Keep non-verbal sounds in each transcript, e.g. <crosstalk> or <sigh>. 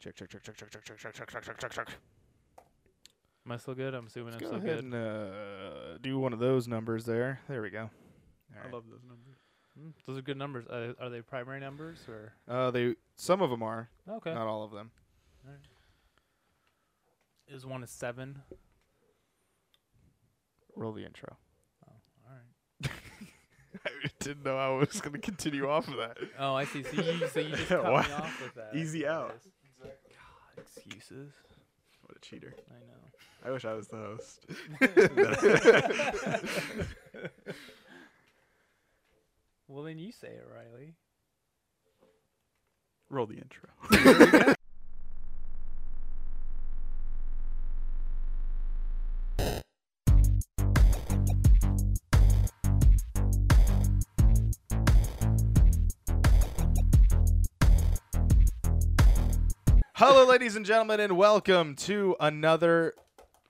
Check, check, check, check, check, check, check, check, check, check, check, check, check. Am I still good? I'm assuming Let's I'm go still ahead good. and uh, do one of those numbers there. There we go. All I right. love those numbers. Mm, those are good numbers. Are they, are they primary numbers or? Uh, they some of them are, Okay. not all of them. Is one a seven? Roll the <laughs> intro. Oh, all right. I didn't know I was going to continue off of <laughs> that. Oh, I see. So you, <laughs> so you just cut Why- me off with that. Easy There it out. is. God, excuses. What a cheater. I know. I wish I was the host. Well, then you say it, Riley. Roll the intro. <laughs> Hello, ladies and gentlemen, and welcome to another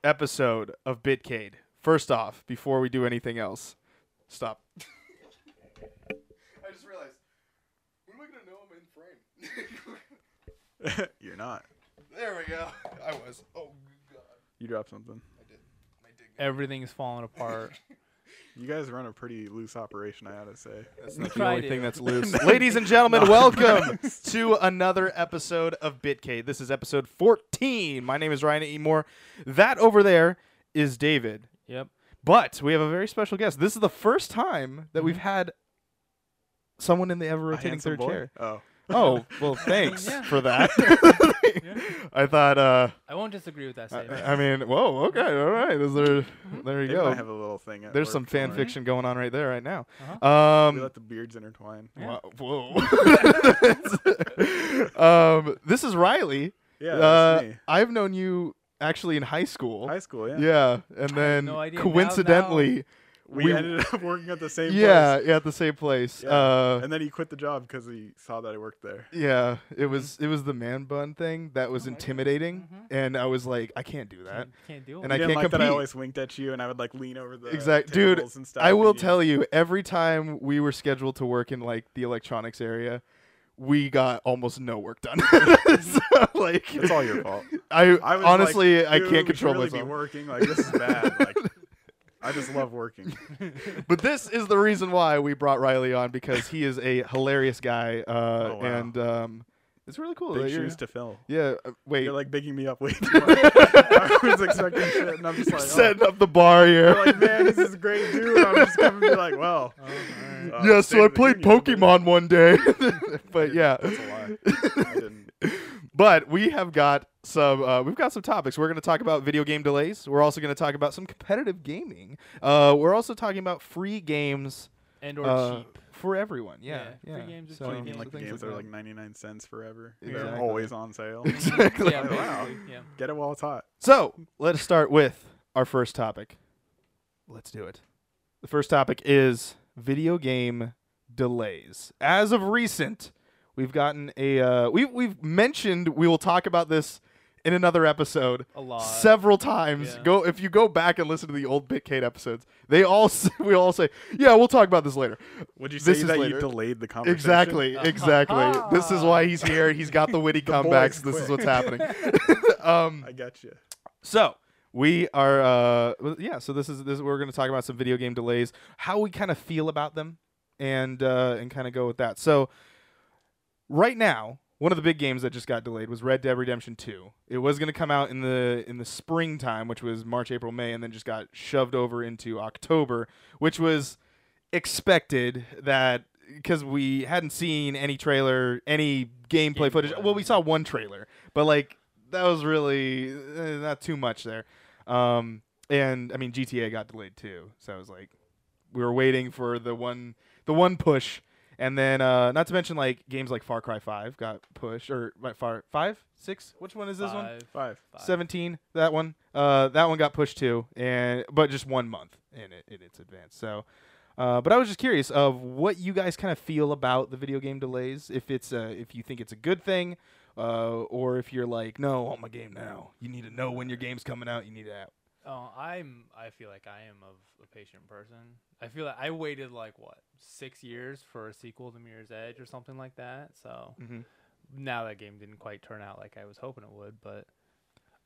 episode of Bitcade. First off, before we do anything else, stop. <laughs> I just realized, when am I going to know I'm in frame? You're not. <laughs> there we go. I was. Oh, God. You dropped something. My dig. Everything's <laughs> falling apart. You guys run a pretty loose operation, I gotta say. That's not the try only to. thing that's loose. <laughs> Ladies and gentlemen, welcome to another episode of Bitcade. This is episode 14. My name is Ryan E. Moore. That over there is David. yep. But we have a very special guest. This is the first time that we've had someone in the ever A rotating handsome third boy? chair. <laughs> Oh. Oh, well, thanks Yeah. for that. <laughs> I thought, uh, I won't disagree with that I, statement. I mean, whoa, okay, all right. Is there, there you They go. might have a little thing. At There's work some fan tomorrow. fiction going on right there, right now. Uh-huh. Um, We let the beards intertwine. Yeah. Wha- Whoa. <laughs> um, this is Riley. Yeah, Uh, that's me. I've known you actually in high school. High school, yeah. yeah, and then no idea. Now- now- coincidentally, We, we- ended up <laughs> working at the same yeah, place. yeah, at the same place. Yeah. Uh, And then he quit the job because he saw that I worked there. yeah, it was it was the man bun thing that was Mm-hmm. Oh my God. intimidating, Mhm. and I was like, I can't do that. Can't, can't do it. And You I didn't can't like that I compete. always winked at you and I would like lean over the Exact- dude, tables and stuff. I and will you- tell you, every time we were scheduled to work in like the electronics area, we got almost no work done. <laughs> so, like It's all <laughs> your fault. I, I was honestly like, I "Dude, can't we should control really Be myself. working like this is bad. Like, I just <laughs> love working. but this is the reason why we brought Riley on because he is a hilarious guy, uh, Oh, wow. and um, it's really cool. Big that you're- shoes to fill. yeah, uh, wait, <laughs> You're like bigging me up way too much. <laughs> I was expecting shit, and I'm just you're like, oh. setting up the bar here. You're like, man, this is a great dude. and I'm just gonna be like, well, Oh, all <laughs> right. <laughs> uh, yeah, so State I of the played Union, dude. Pokemon one day, <laughs> <laughs> but yeah, that's a lie. <laughs> I didn't. but we have got some uh, we've got some topics we're going to talk about video game delays we're also going to talk about some competitive gaming uh, we're also talking about free games And or uh, cheap. for everyone yeah, Yeah, free games are so, Oh, cheap you mean games. like the things games that are that. like 99 cents forever? They're Exactly. always on sale. <laughs> exactly <laughs> Yeah, Wow. basically, yeah. Get it while it's hot. so let's start with our first topic let's do it the first topic is video game delays as of recent we've gotten a uh, we, we've mentioned we will talk about this in another episode A lot. several times. Yeah. Go if you go back and listen to the old Bitcade episodes, they all s- <laughs> we all say, "Yeah, we'll talk about this later." Would you This say is that later. you delayed the conversation? <laughs> Ah. Exactly, exactly. this is why he's here. He's got the witty comebacks. boys This is quit. what's <laughs> happening. <laughs> um, I got you. so we are, uh, well, yeah. So this is this. We're going to talk about some video game delays, how we kind of feel about them, and uh, and kind of go with that. So right now, one of the big games that just got delayed was Red Dead Redemption 2. It was going to come out in the in the springtime, which was March, April, May, and then just got shoved over into October, which was expected that because we hadn't seen any trailer, any gameplay footage. Gameplay. Well, we saw one trailer, but like that was really eh, not too much there. Um, and I mean GTA got delayed too, so it was like we were waiting for the one the one push and then uh not to mention like games like Far Cry 5 got pushed or what, Far 5 6 which one is this one Five, Five. five. 17 that one uh that one got pushed too and but just one month in it in its advance so uh, but I was just curious of what you guys kind of feel about the video game delays. If it's uh, if you think it's a good thing, uh, or if you're like, no, I want my game now. You need to know when your game's coming out. You need to. Out. Oh, I'm. I feel like I am of a patient person. I feel like I waited like what six years for a sequel to Mirror's Edge or something like that. So, Mhm. now that game didn't quite turn out like I was hoping it would, but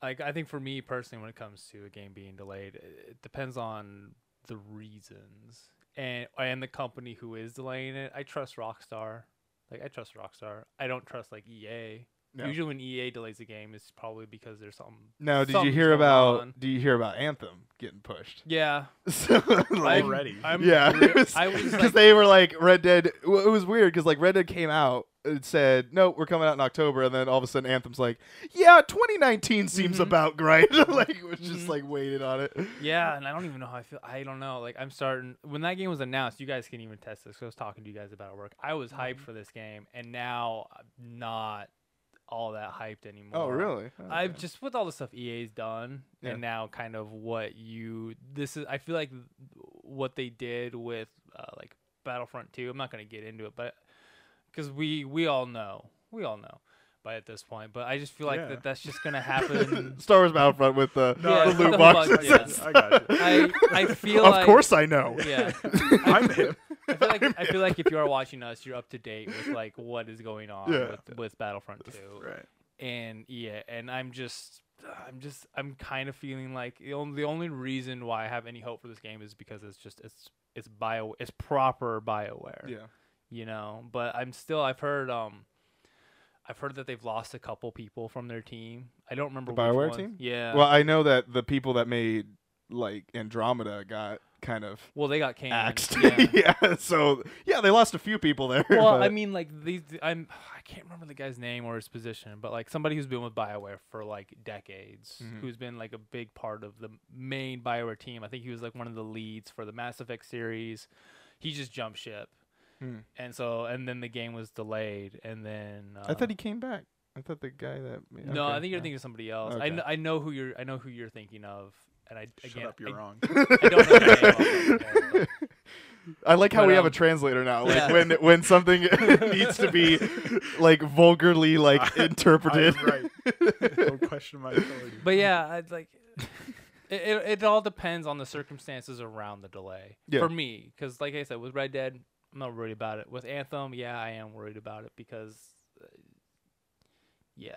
like I think for me personally, when it comes to a game being delayed, it, it depends on the reasons and and the company who is delaying it. I trust Rockstar. Like I trust Rockstar. I don't trust like EA. Yeah. Usually when EA delays a game, it's probably because there's something. Now, did you something's hear going about? on. Do you hear about Anthem getting pushed? <laughs> Yeah, So, <laughs> like, I'm- Already. I'm <laughs> yeah, re- <laughs> I was because like, they were like Red Dead. well, It was weird because like Red Dead came out and said, "No, we're coming out in October," and then all of a sudden Anthem's like, "Yeah, 2019 seems Mhm. about right." <laughs> like it was just Mhm. like waited on it. Yeah, and I don't even know how I feel. I don't know. Like I'm starting when that game was announced. You guys can even test this. 'cause I was talking to you guys about it at work. I was Mm-hmm. hyped for this game, and now I'm not all that hyped anymore. Oh, really? I've Okay. just with all the stuff EA's done, Yeah. and now kind of what you this is. I feel like what they did with uh, like Battlefront Two. I'm not gonna get into it, but because we we all know, we all know by at this point. But I just feel like Yeah. that that's <laughs> just gonna happen. Star Wars Battlefront with the, the No, yeah, loot the boxes. box, yeah. I got you. I <laughs> I feel of like course I know. yeah. <laughs> I'm him. I feel like I feel like if you are watching us, you're up to date with like what is going on Yeah. with, with Battlefront Two, Right. and yeah, and I'm just, I'm just, I'm kind of feeling like the only the only reason why I have any hope for this game is because it's just it's it's bio it's proper Bioware, Yeah. you know. But I'm still I've heard um, I've heard that they've lost a couple people from their team. I don't remember which Bioware ones. team? Yeah. Well, I know that the people that made like Andromeda got kind of Well, they got canned. axed. <laughs> yeah. So yeah, they lost a few people <laughs> there. Well, but- I mean, like these, I'm <sighs> I can't remember the guy's name or his position, but like somebody who's been with Bioware for like decades, Mhm. who's been like a big part of the main Bioware team. I think he was like one of the leads for the Mass Effect series. He just jumped ship, Hmm. and so and then the game was delayed, and then uh, I thought he came back. I thought the guy that. no, I think thinking. <laughs> you're thinking of somebody else. Okay. I know, I know who you're I know who you're thinking of, and I Shut again up, you're I, wrong. I don't know the name off the top of my head, I like how But, we have a um, translator now. Like yeah. when when <laughs> something <laughs> needs to be like vulgarly like <laughs> I- interpreted. <laughs> I'm right. Don't question my authority. but, but yeah, I'd like. It, it, it all depends on the circumstances around the delay Yeah. for me because like i said with red dead i'm not worried about it with anthem yeah i am worried about it because uh, yeah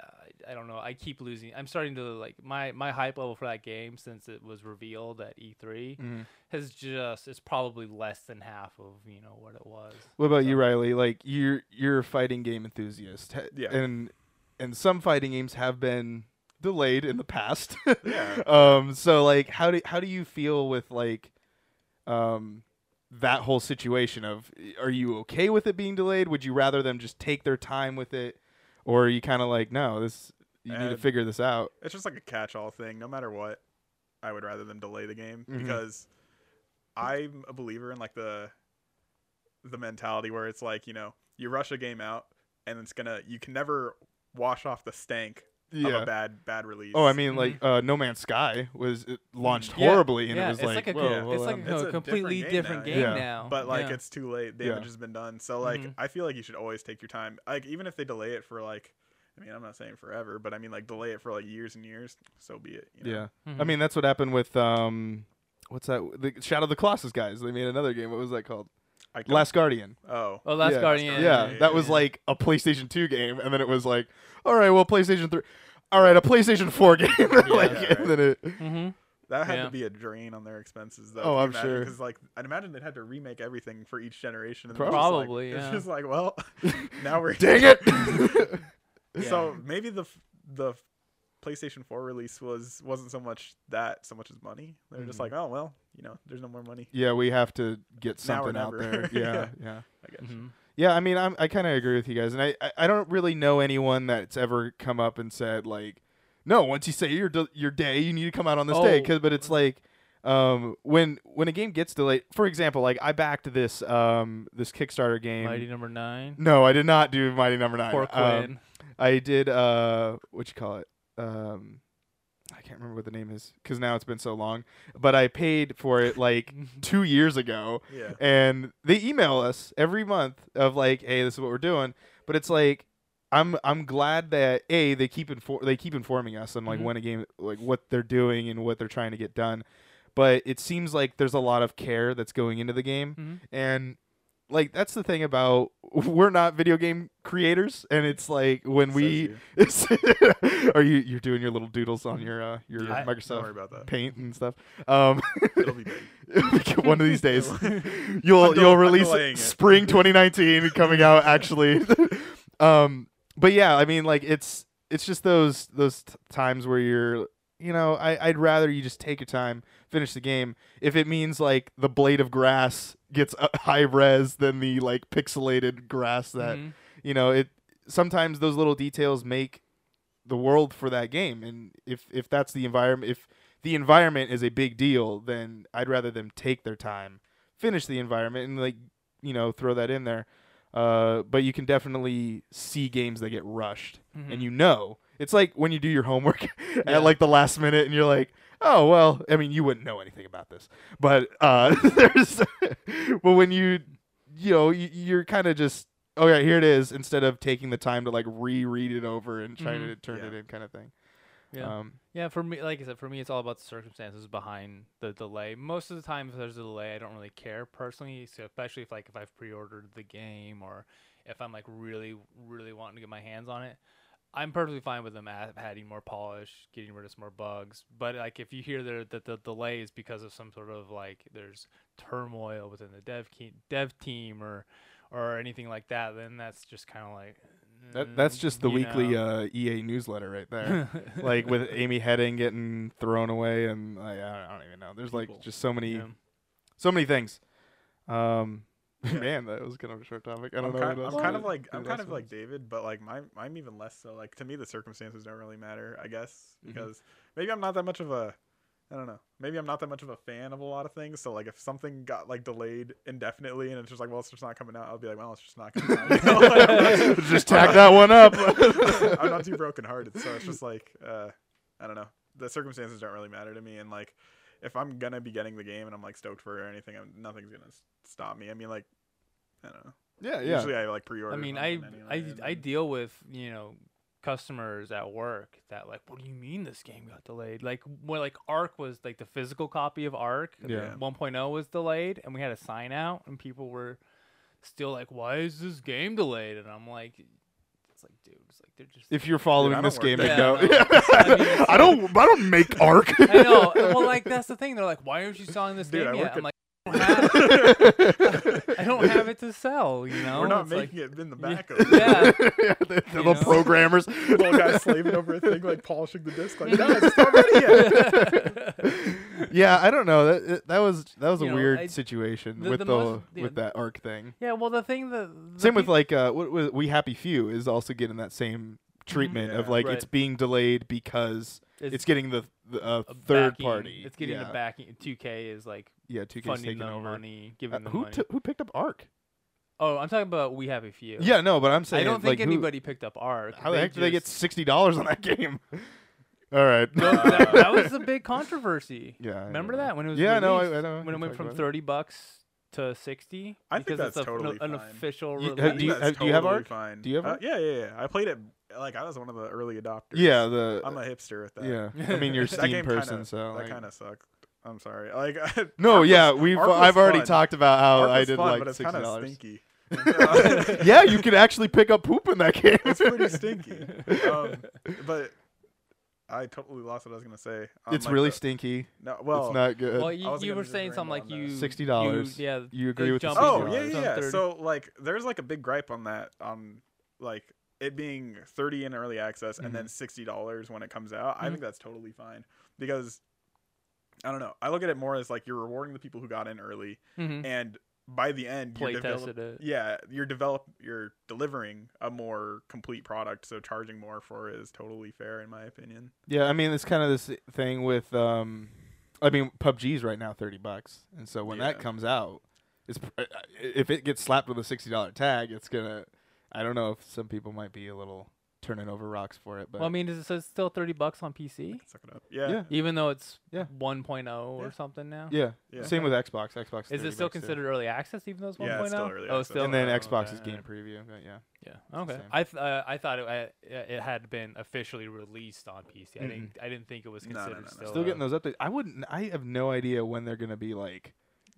I, I don't know i keep losing i'm starting to like my my hype level for that game since it was revealed at e3 Mhm. has just it's probably less than half of you know what it was What about you, So- Riley? Like you're you're a fighting game enthusiast. Ha- Yeah. And and some fighting games have been delayed in the past. Yeah. <laughs> um so like how do how do you feel with like um that whole situation of are you okay with it being delayed? Would you rather them just take their time with it or are you kind of like no, this you need to And- figure this out? It's just like a catch-all thing. No matter what, I would rather them delay the game Mhm. because I'm a believer in like the the mentality where it's like you know you rush a game out and it's gonna you can never wash off the stank of a bad bad release. Oh, I mean, like uh, No Man's Sky was it launched Yeah, horribly, and yeah, it was it's like, like a co- whoa, it's hold like on. It's a, a completely different different game, game now, yeah. now but like Yeah. it's too late Yeah. Mm-hmm. damage has been done so like Mhm. i feel like you should always take your time like even if they delay it for like i mean i'm not saying forever but i mean like delay it for like years and years so be it you know? yeah. I Mhm. mean, that's what happened with um, what's that? The Shadow of the Colossus guys. They made another game. What was that called? I don't- Last Guardian. oh oh last yeah, guardian Yeah, that was yeah. like a PlayStation 2 game, and then it was like, all right, well, PlayStation 3. All right, a PlayStation 4 <laughs> game. like, Yeah, and then it. mm-hmm. that had yeah. to be a drain on their expenses though Oh, I'm sure. because like i'd imagine they'd had to remake everything for each generation and Probably. Probably, it's yeah. just like well <laughs> now <laughs> we're Dang <laughs> it! <laughs> so maybe the f- the f- PlayStation 4 release was wasn't so much that so much as money. They're just Mhm. Mm-hmm. like, oh well, you know, there's no more money. yeah, we have to get Now or something out never. <laughs> there. Yeah, Yeah. yeah. I guess. Mhm. Yeah, I mean, I'm, I kind of agree with you guys, and I, I, I don't really know anyone that's ever come up and said like, no, once you say your d- your day, you need to come out on this day. Oh. 'Cause- but it's like, um, when when a game gets delayed, for example, like I backed this um this Kickstarter game. Mighty number nine. no, I did not do Mighty Number Nine. Poor Um, Quinn. I did uh what you call it? Um I can't remember what the name is cuz now it's been so long, but I paid for it like <laughs> 2 years ago Yeah. and they email us every month of like, "Hey, this is what we're doing." But it's like I'm I'm glad that a they keep infor- they keep informing us on like Mhm. when a game like what they're doing and what they're trying to get done. But it seems like there's a lot of care that's going into the game Mhm. and like that's the thing about <laughs> we're not video game creators, and it's like when Says we you. <laughs> are you you're doing your little doodles on your uh, your Yeah, I- Don't worry Microsoft about <laughs> that. Paint and stuff. Um, <laughs> It'll be big. one of these <laughs> days, you'll I'm del- you'll I'm release delaying it. spring 2019 coming out actually. <laughs> um, but yeah, I mean like it's it's just those those t- times where you're you know I I'd rather you just take your time, finish the game. If it means like the blade of grass gets uh, <laughs> high res than the like pixelated grass that Mhm. you know it sometimes those little details make the world for that game and if if that's the environment if the environment is a big deal then i'd rather them take their time finish the environment and like you know throw that in there uh, but you can definitely see games that get rushed Mhm. and you know it's like when you do your homework <laughs> Yeah. at like the last minute and you're like oh well i mean you wouldn't know anything about this but uh <laughs> there's but when you you know you, you're kind of just oh yeah here it is instead of taking the time to like reread it over and trying Mhm. to turn Yeah. it in kind of thing Yeah. um Yeah, for me, like I said, for me, it's all about the circumstances behind the delay. Most of the time, if there's a delay, I don't really care personally. So especially if like if I've pre-ordered the game or if I'm like really, really wanting to get my hands on it, I'm perfectly fine with them a- adding more polish, getting rid of some more bugs. But like if you hear there that the delay is because of some sort of like there's turmoil within the dev ke- dev team or or anything like that, then that's just kind of like mm, that, that's just the you weekly know. uh, ea newsletter right <laughs> there like with amy heading getting thrown away and like, I, don't, I don't even know there's like People. just so many Yeah. so many things um Yeah. man that was kind of a short topic i I'm don't know kind, what else I'm to kind of do- <laughs> like do I'm the kind last of one. like David, but like my I'm even less so. Like to me, the circumstances don't really matter. I guess Mhm. because maybe I'm not that much of a I don't know. Maybe I'm not that much of a fan of a lot of things. So like if something got like delayed indefinitely and it's just like well it's just not coming out, I'll be like well it's just not coming <laughs> out. <laughs> You know, like, I'm not- just tack that one up. <laughs> I'm not too brokenhearted, so it's just like uh, I don't know. The circumstances don't really matter to me, and like if I'm gonna be getting the game and I'm like stoked for it or anything, I'm, nothing's gonna s- stop me. I mean, like I don't know. yeah, yeah. Usually I like pre-order. I mean, I online I anyway, and I then- deal with you know customers at work that like, what do you mean this game got delayed? Like, where like Arc was like the physical copy of Arc, Yeah. 1.0 was delayed, and we had a sign out, and people were still like, why is this game delayed? And I'm like, it's like, dude, it's like they're just If you're following don't this work game, there. no. Yeah, <laughs> I mean, it's I don't. I don't make arc. I know. Well, like that's the thing. They're like, why aren't you selling this Dude, game I yet? work I'm at- like, I don't have it. <laughs> I don't have it to sell. You know, We're not It's like- making it in the Yeah. <laughs> back. of Yeah. Yeah, the, the You little know? programmers. Little guy slaving over a thing, like polishing the disc. Like, no, it's not ready <laughs> yet. yeah, I don't know. That- That that was that was a You know, weird I- situation the- with the, the most- yeah. with that arc thing. <laughs> Yeah, well, the thing that the Same with peop- like uh, what, what, we happy few is also getting that same treatment of Yeah. like Mm-hmm. Right. it's being delayed because it's, getting the, the uh, a third backing- party. It's getting yeah. the backing. 2K is like Yeah, two K's funding taking the over. money, giving Uh, them who money. t- who picked up Arc? oh, I'm talking about We Happy Few. Yeah, no, but I'm saying I don't like, think who- anybody picked up Arc. How the heck do they get just- sixty dollars on that <laughs> game? All right. <laughs> No, that, that was the big controversy. <laughs> yeah. I Remember know. that when it was Yeah, no, I, released? I know. when it You went talked from about thirty bucks to sixty. I think because that's it's a- totally an, fine. official You- uh, release. do <laughs> you- That's do you have totally Arc? Fine. Do you have Uh, Arc? yeah, yeah, yeah. I played it. Like, I was one of the early adopters. it. Yeah, the I'm a hipster with that. <laughs> yeah. I mean, you're a That Steam game kinda- person, so That like, kind of sucked. I'm sorry. Like, <laughs> no, yeah, we've Arc was I've already fun. talked about how Arc I was did fun, like but it's sixty kind of dollars. <laughs> stinky. yeah, you could actually pick up poop in that game. it's <laughs> pretty stinky. Um, but I totally lost what I was gonna say. on, It's like, really the- stinky. no. Well, it's not good. well, you, was you gonna were just saying something ramble like on you that. $60. <laughs> you- Yeah, you they agree with the jump Oh into yeah, it. yeah. yeah. Third- So like, there's like a big gripe on that on like it being 30 in early access and Mm-hmm. then 60 dollars when it comes out. I Mhm. think that's totally fine because I don't know. I look at it more as like you're rewarding the people who got in early, Mhm. and by the end, play you're develop- tested it. yeah, you're develop you're delivering a more complete product. So charging more for it is totally fair in my opinion. Yeah, I mean, it's kind of this thing with, um, I mean, PUBG's right now thirty bucks, and so when that Yeah. comes out, it's pr- uh, if it gets slapped with a sixty dollar tag, it's gonna. I don't know if some people might be a little turning over rocks for it, but Well, I mean, is it so it's still thirty bucks on PC? Suck it up. Yeah. Yeah. Even though it's Yeah. 1.0 or Yeah. something now? yeah, Yeah. same with Xbox. Xbox Is 30 it still bucks, too. considered early access even though it's 1.0? Yeah, it's still early oh, access. still. And then oh, Xbox's okay, game alright. preview, but yeah. Yeah. Okay. same. I th- uh, I thought it, uh, it had been officially released on PC. I didn't I didn't think it was No, no, considered no, no. still. Still a- getting those updates. I wouldn't. I have no idea when they're gonna be like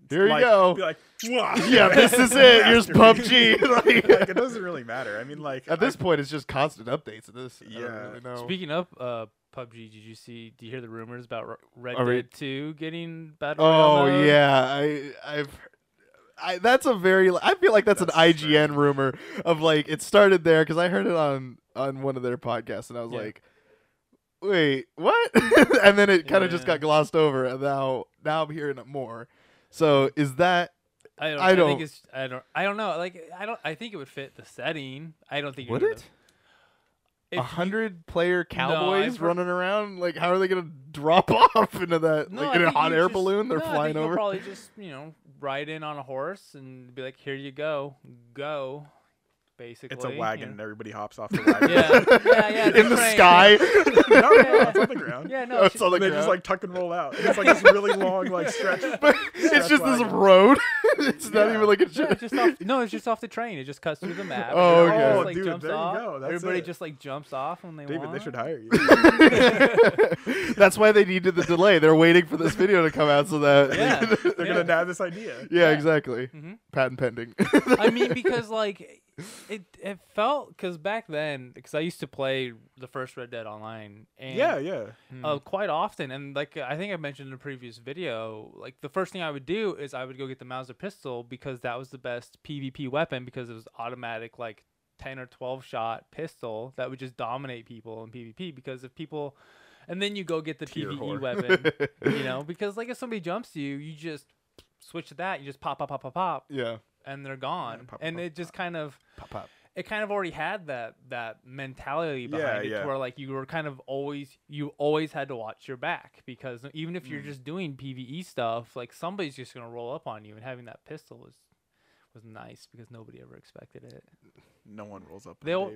Here you like, go. Be like, "Wah!" <laughs> yeah, this is it. Here's After- <laughs> PUBG. <laughs> like like, it doesn't really matter. I mean, like at this point, it's just constant updates of this. I Yeah. don't really know. Speaking of uh, PUBG, did you see? Do you hear the rumors about Ro- Red Are we- Dead Two getting battle? oh Royale mode? yeah, I I've. I, that's a very. I feel like that's, That's an IGN rumor of like it started there because I heard it on on one of their podcasts and I was Yeah. like, wait, what? <laughs> and then it kind of just Yeah. got glossed over. And now now I'm hearing it more. So is that I don't. I I, don't- think it's. I don't. I don't know. Like I don't. I think it would fit the setting. I don't think you're would gonna- it? if a you- hundred player cowboys I've heard- running around. Like, how are they gonna drop <laughs> off into that No, like I in a think hot you air just- balloon? They're no, I think flying you'll over. Probably just you know ride in on a horse and be like, here you go, go. Basically, it's a you wagon know. and everybody hops off the wagon. Yeah, <laughs> <laughs> yeah, yeah. it's <laughs> a in the train. <laughs> sky. <laughs> no, no, no, it's on the ground. Yeah, no. <laughs> Oh, it's it's on And the they just ground. like tuck and roll out. And It's like this really long <laughs> like stretch. But <laughs> it's that's just this wagon. road. <laughs> it's not Yeah. even like a. No, Ch- it's <laughs> just <laughs> off, no, it's just off the train. It just cuts through <laughs> the map. Oh, okay. Everybody just, like, Oh, dude, jumps there you off. go. That's Everybody it. just like jumps off when they David, want. they should have hire you. That's why they needed the delay. They're waiting for this video to come out so that. <laughs> <laughs> Yeah. <laughs> They're Yeah. gonna nab this idea. Yeah, exactly. Mhm. Patent pending. I <laughs> mean, because like it it felt because back then because I used to play the first Red Dead Online and Yeah, yeah. uh, Mm-hmm. quite often and like I think I mentioned in a previous video like the first thing I would do is I would go get the Mauser pistol because that was the best PvP weapon because it was automatic like. 10 or 12 shot pistol that would just dominate people in PvP because if people and then you go get the Tier PvE whore. weapon you <laughs> know because like if somebody jumps you you just switch to that you just pop pop pop pop pop yeah. and they're gone. pop, and pop, it just kind of Pop pop. it kind of already had that that mentality Yeah, behind it yeah. to where like you were kind of always you always had to watch your back because even if you're Mm. just doing PvE stuff, like somebody's just gonna roll up on you and having that pistol was was nice because nobody ever expected <laughs> it. No one rolls up. on They'll-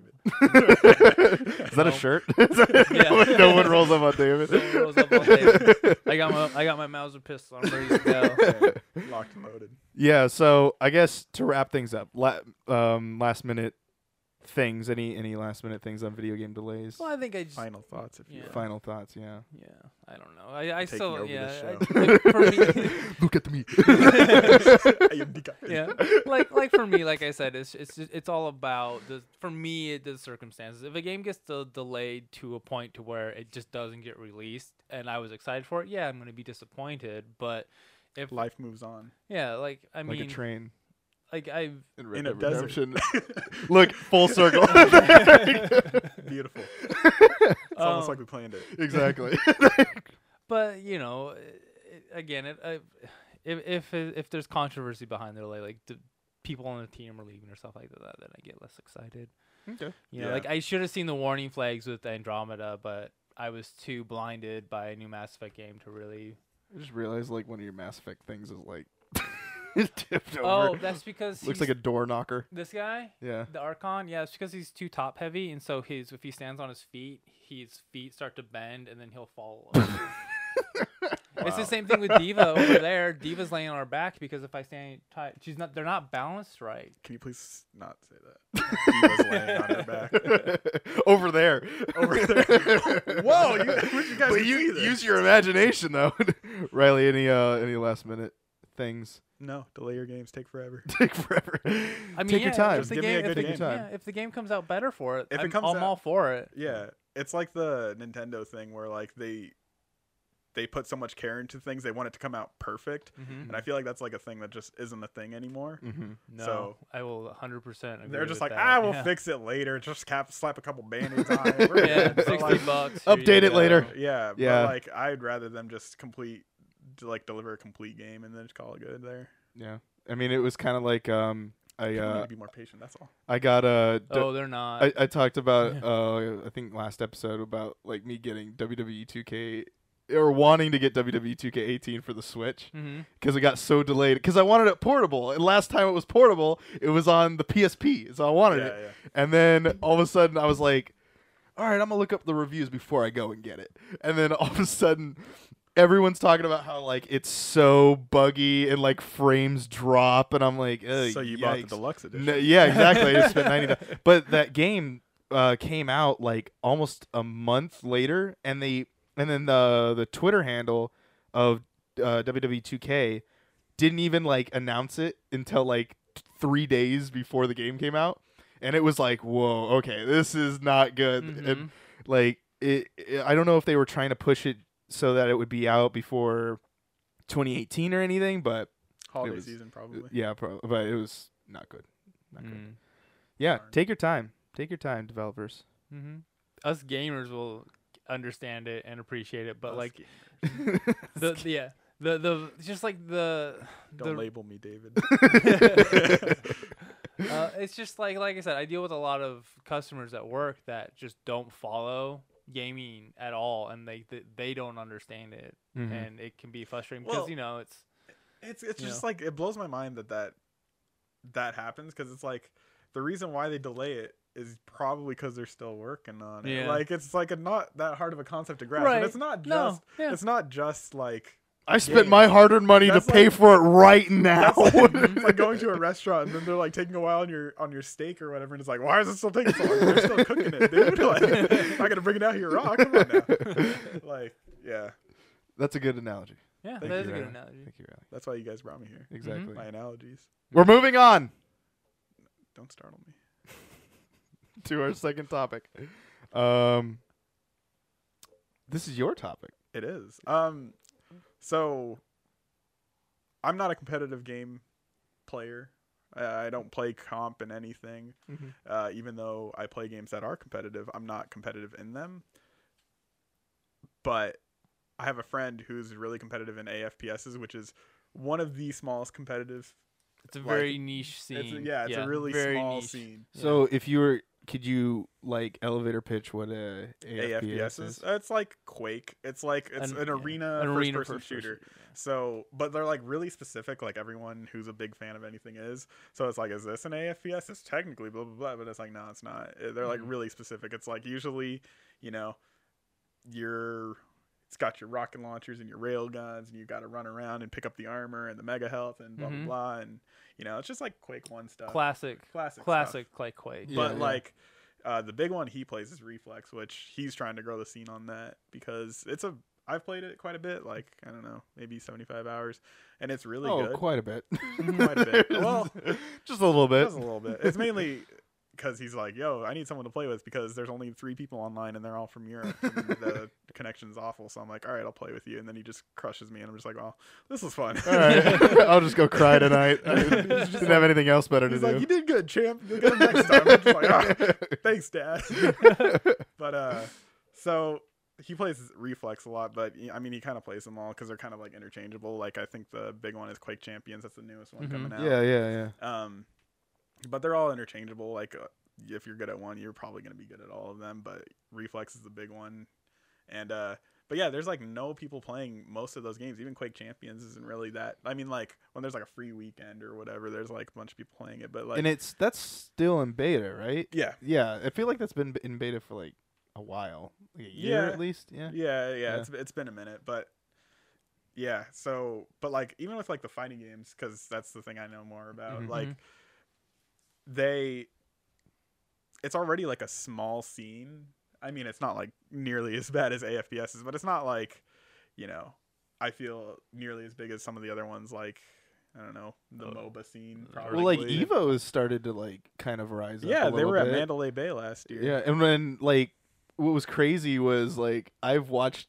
<laughs> David. Is that a No. <laughs> shirt? no, one, <laughs> no one rolls up on David. <laughs> No one rolls up on David. I got my I got my Mauser pistol. I'm ready to <laughs> go. Yeah, Locked and loaded. Yeah, so I guess to wrap things up, la- um, last minute things. Any any last minute things on video game delays? Well, I think I just Final thoughts, if you Yeah. will. Final thoughts. Yeah. yeah I don't know. I I Taking still over the yeah. I- show. like, for <laughs> me, <laughs> Look at me. I am the guy. <laughs> yeah like like for me like i said it's it's just- it's all about the for me it, the circumstances if a game gets de- delayed to a point to where it just doesn't get released and i was excited for it yeah i'm going to be disappointed but if Life moves on. yeah like i like a mean train like i in In Red a Dead desert. Redemption. <laughs> Look, full circle. <laughs> <laughs> Beautiful. It's um, almost like we planned it. <laughs> <laughs> exactly. but you know it, again it, I, if if if there's controversy behind the delay like the people on the team are leaving or stuff like that then i get less excited okay. You know, Yeah. like I should have seen the warning flags with Andromeda, but I was too blinded by a new Mass Effect game to really. I just realized like one of your Mass Effect things is like <laughs> tipped over. Oh, that's because Looks like a he's- door knocker. this guy, Yeah. the Archon. Yeah, it's because he's too top heavy, and so his if he stands on his feet, his feet start to bend, and then he'll <laughs> fall. over. It's Wow. the same thing with Diva over there. Diva's laying on her back because if I stand tight, she's not. They're not balanced right. Can you please not say <laughs> that? Diva's laying on her back. <laughs> Over there. Over <laughs> there. Whoa, you, wish you guys but could you see this. use your imagination though. <laughs> Riley, any uh any last minute things <laughs> No, delay your games take forever. take forever. I mean, take yeah, your time. If the Give me game, a if good the, game. Take your time. Yeah, if the game comes out better for it, If it I'm, comes I'm out- all for it. Yeah, it's like the Nintendo thing where like they they put so much care into things they want it to come out perfect, Mhm. and I feel like that's like a thing that just isn't a thing anymore. Mm-hmm. No, So- I will 100 percent. They're just like, ah, we'll fix it later. Just cap, slap a couple <laughs> band-aids on <laughs> it. We're Yeah, good." So, 60 like, bucks. here you Update it go. later. Yeah, Yeah. but like I'd rather them just complete, d- like deliver a complete game and then just call it good. There, Yeah. I mean, it was kind of like um I People need uh to be more patient. That's all. I got a d- Oh, they're not. I, I talked about uh I think last episode about like me getting WWE 2K or wanting to get E WWE 2K18 for the Switch hmm because it got so delayed because I wanted it portable and last time it was portable it was on the PSP so I wanted Yeah, it yeah. And then all of a sudden, I was like, all right, I'm going to look up the reviews before I go and get it. And then all of a sudden, everyone's talking about how, like, it's so buggy and, like, frames drop. And I'm like, Ugh, so you bought the yikes." deluxe edition. No, yeah, exactly. I just spent 90 But that game uh, came out, like, almost a month later. And they, and then the, the Twitter handle of uh, WWE 2K E didn't even like announce it until like t- three days before the game came out, and it was like, whoa, okay, this is not good. And Mhm. like, it, it- I don't know if they were trying to push it so that it would be out before 2018 or anything, but Holiday was- season uh, probably. yeah, pro- but it was not good. Not good. Mm. Yeah, Darn. take your time. Take your time, developers. <laughs> Mhm. Us gamers will understand it and appreciate it, but Us like gamers. Mm-hmm. the, the yeah the the just like the don't the label me David. uh, it's just like like I said, I deal with a lot of customers at work that just don't follow gaming at all, and they they, they don't understand it, Mhm. and it can be frustrating because Well, you know it's <laughs> it's it's You just like it blows my mind that that that happens because it's like the reason why they delay it is probably because they're still working on it. Yeah. Like it's like a not that hard of a concept to grasp. Right. And it's not no just yeah. it's not just like I spent Yeah. my hard-earned money That's to pay like- for it right now. <laughs> that's like, it's like going to a restaurant and then they're like taking a while on your on your steak or whatever and it's like why is it still taking so long? They're still cooking it, dude. <laughs> Like I gotta bring it out here raw. Come on now. <laughs> Like yeah, That's a good analogy. yeah that Thank you, is a Ryan. good analogy. Thank you, Riley. that's why you guys brought me here. Exactly. My analogies We're moving on don't startle me. to <laughs> our second topic. Um, this is your topic. It is. Um, so I'm not a competitive game player. I I don't play comp in anything. Mm-hmm. Mhm. Uh, even though I play games that are competitive, I'm not competitive in them. But I have a friend who's really competitive in AFPSs, which is one of the smallest competitive. It's a Like, very niche scene. It's a, yeah, it's a really very small niche. scene. So, if you were, could you like elevator pitch what a AFPS AFPSs. is? Uh, It's like Quake. It's like it's An- an, yeah. arena, An arena first-person first-person shooter. shooter, yeah. So, but they're like really specific. Like everyone who's a big fan of anything is. So it's like, is this an AFPS? It's technically blah blah blah, but it's like, no, it's not. Uh, They're like Mhm. really specific. It's like usually, you know, you're. It's got your rocket launchers and your rail guns, and you got to run around and pick up the armor and the mega health and blah Mhm. blah blah, and you know, it's just like Quake One stuff, Classic, Uh, classic, stuff. classic like <laughs> Quake. Yeah, But yeah. like uh, the big one he plays is Reflex, which he's trying to grow the scene on that because it's a I've played it quite a bit, like I don't know, maybe seventy five hours, and it's really oh, good. Mm-hmm, quite a bit. <laughs> <laughs> Quite a bit. Well- just a little It bit. does a little bit. It's mainly <laughs> because he's like, "Yo, I need someone to play with because there's only three people online and they're all from Europe. And <laughs> the connection's awful." So I'm like, "All right, I'll play with you," and then he just crushes me, and I'm just like, "Well, this is fun." All right, <laughs> <laughs> I'll just go cry tonight. <laughs> I He's didn't have anything else better He's to like, do. "You did good, champ. <laughs> You'll get him next time." I'm just like, "Ah." <laughs> thanks dad but uh so he plays reflex a lot but y- i mean he kind of plays them all because they're kind of like interchangeable like i think the big one is quake champions that's the newest one Mhm. coming out yeah, yeah, yeah. um but they're all interchangeable like uh, if you're good at one you're probably going to be good at all of them but reflex is the big one and uh but yeah there's like no people playing most of those games even quake champions isn't really that i mean like when there's like a free weekend or whatever there's like a bunch of people playing it but like and it's that's still in beta, right? yeah Yeah, I feel like that's been b- in beta for like a while, like a year Yeah. at least. Yeah. yeah, yeah, Yeah. It's it's been a minute, but yeah. So, but like even with like the fighting games, because that's the thing I know more about. Mhm. Like they, it's already like a small scene. I mean, it's not like nearly as bad as AFPSs, but it's not like you know, I feel nearly as big as some of the other ones. Like I don't know the Uh, MOBA scene. Probably. Well, like Evo- Evo has started to like kind of rise. up Yeah, a they little were at bit. Mandalay Bay last year. Yeah, and when like what was crazy was like I've watched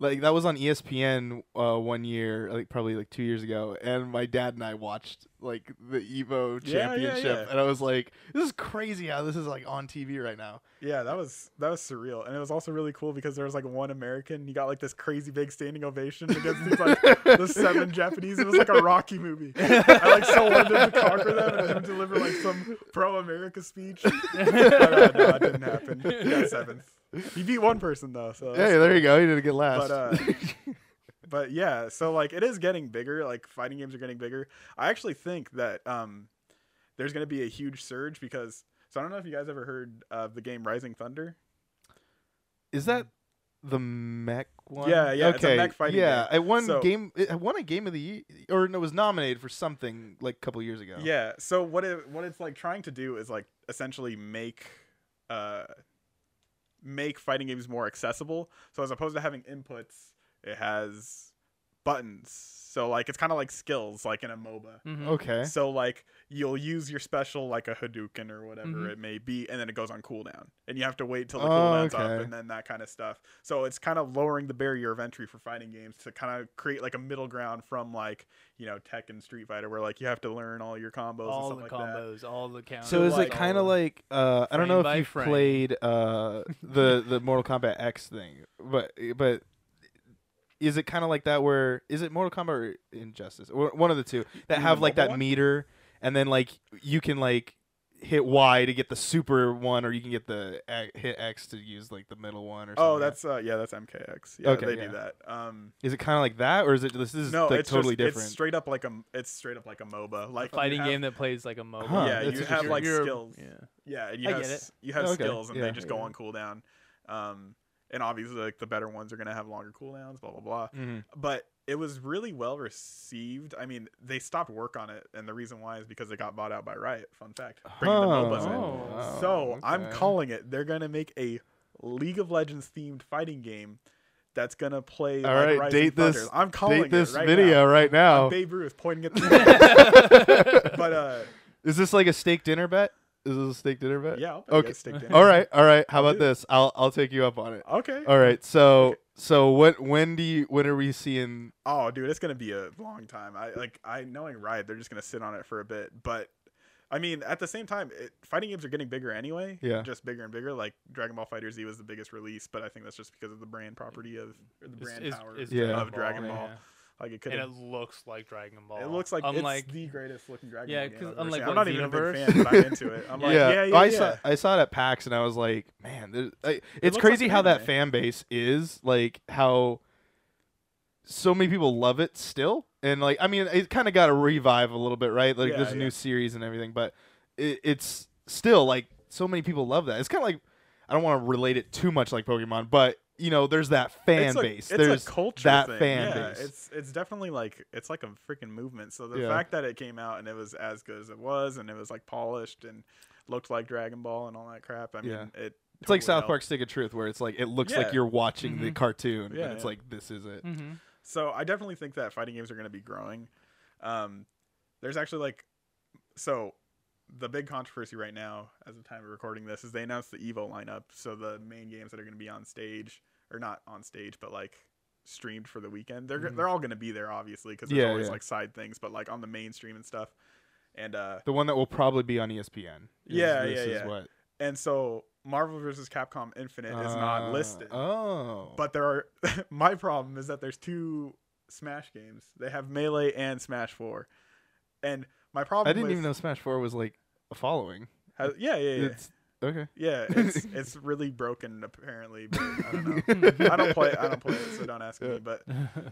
like that was on E ESPN uh, one year, like probably like two years ago, and my dad and I watched like the Evo Yeah, yeah, championship, yeah. and I was like, "This is crazy how this is like on TV right now." Yeah, that was that was surreal, and it was also really cool because there was like one American. He got like this crazy big standing ovation against these like the <laughs> seven Japanese. It was like a Rocky movie. I like so wanted to conquer them and him deliver like some pro America speech. But, <laughs> uh, no, it didn't happen. He got seventh. He beat one person though. So Hey, there you go. You did a good last. But, uh, but yeah, so like it is getting bigger. Like fighting games are getting bigger. I actually think that um, there's going to be a huge surge because. So I don't know if you guys ever heard of the game Rising Thunder. Is that the mech one? Yeah, yeah, Okay, it's a mech fighting yeah, I won So- game. It won a game of the year, or no, it was nominated for something like a couple years ago. Yeah. So what it what it's like trying to do is like essentially make uh make fighting games more accessible. So as opposed to having inputs, it has buttons. So like it's kind of like skills, like in a MOBA. Mhm. Okay. Mm-hmm. So like you'll use your special like a Hadouken or whatever Mhm. it may be, and then it goes on cooldown, and you have to wait till the Mm-hmm. Oh, cooldown's up, okay. and then that kind of stuff. So it's kind of lowering the barrier of entry for fighting games to kind of create like a middle ground from like you know Tech and Street Fighter, where like you have to learn all your combos all the and stuff like that. combos, all the counters. So is like, it kind of all the- like uh, I don't know frame if by you've frame. played <laughs> uh, the the Mortal Kombat X thing, but but is it kind of like that where is it Mortal Kombat or Injustice or one of the two that mean have the like mobile that one? meter and then like you can like hit Y to get the super one or you can get the a- hit X to use like the middle one or something. Oh, like that? that's uh, yeah, that's MKX. Yeah, Okay, they yeah. do that. Um, is it kind of like that or is it this is no, like it's totally just, different? It's straight up like a it's straight up like a MOBA, like you fighting have- game that plays like a MOBA. Huh, yeah, that's you have interesting. like You're- skills. Yeah. Yeah, and you I have get it. s- you have Okay, skills and yeah. they just go Yeah. on cooldown. Um, and obviously like the better ones are gonna have longer cooldowns, blah blah blah. Mhm. But it was really well received. I mean, they stopped work on it, and the reason why is because it got bought out by Riot. Fun fact. Bringing the MOBAs in. Oh, So I'm okay. calling it. They're gonna make a League of Legends themed fighting game that's gonna play. All like right, Rising date Thunder. this- I'm calling Date this it right video Now. right now. <laughs> Babe Ruth pointing at the. but uh, Is this like a steak dinner bet? Is this a steak dinner bet? yeah. I'll okay. Okay. Stick to All right, all right. How about do it. this? I'll I'll take you up on it. Okay. All right. So so what? When do you? When are we seeing? Oh, dude, it's gonna be a long time. I like I knowing Riot, they're just gonna sit on it for a bit. But I mean, at the same time, it, fighting games are getting bigger anyway. Yeah. Just bigger and bigger. Like Dragon Ball Fighter Z was the biggest release, but I think that's just because of the brand property of or the brand power Yeah. of Dragon Ball. yeah. Like it could. And it It, looks like Dragon Ball. it looks like unlike it's the greatest looking Dragon Yeah, Ball game. 'cause I've ever unlike, seen. I'm like, not even a Xenoverse. big fan, but I'm into it. I'm like, yeah, yeah, yeah. I saw I saw it at PAX and I was like, man, there- I, it's looks crazy like how that anime. fan base is like how so many people love it still and like I mean it kind of got a revive a little bit right like Yeah, there's a yeah. new series and everything but it, it's still like so many people love that it's kind of like I don't want to relate it too much like Pokemon but you know there's that fan it's a- base it's there's a culture that thing. fan yeah, base It's it's definitely like it's like a freaking movement. So the Yeah. fact that it came out and it was as good as it was, and it was like polished and looked like Dragon Ball and all that crap. I mean, Yeah. it. It's It's like South Park Stick of Truth, where it's like it looks Yeah. Mm-hmm. like you're watching the Mhm. cartoon, Yeah, and it's yeah. like this is it. Mhm. So I definitely think that fighting games are going to be growing. Um, there's actually like, so the big controversy right now, as of time of recording this, is they announced the Evo lineup. So the main games that are going to be on stage, or not on stage, but like streamed for the weekend, they're Mhm. they're all going to be there obviously because there's Yeah, always yeah. like side things, but like on the mainstream and stuff. And uh, The one that will probably be on E ESPN. is Yeah, this yeah, is yeah. What and so Marvel vs. Capcom Infinite is Uh, not listed. Oh, But there are <laughs> my problem is that there's two Smash games. They have Melee and Smash Four, and my problem. I didn't with- even know Smash Four was like a following. has- yeah, yeah, yeah. It's okay. <laughs> yeah, it's it's really broken apparently. But I don't know. <laughs> I don't play. I don't play it, so don't ask me. But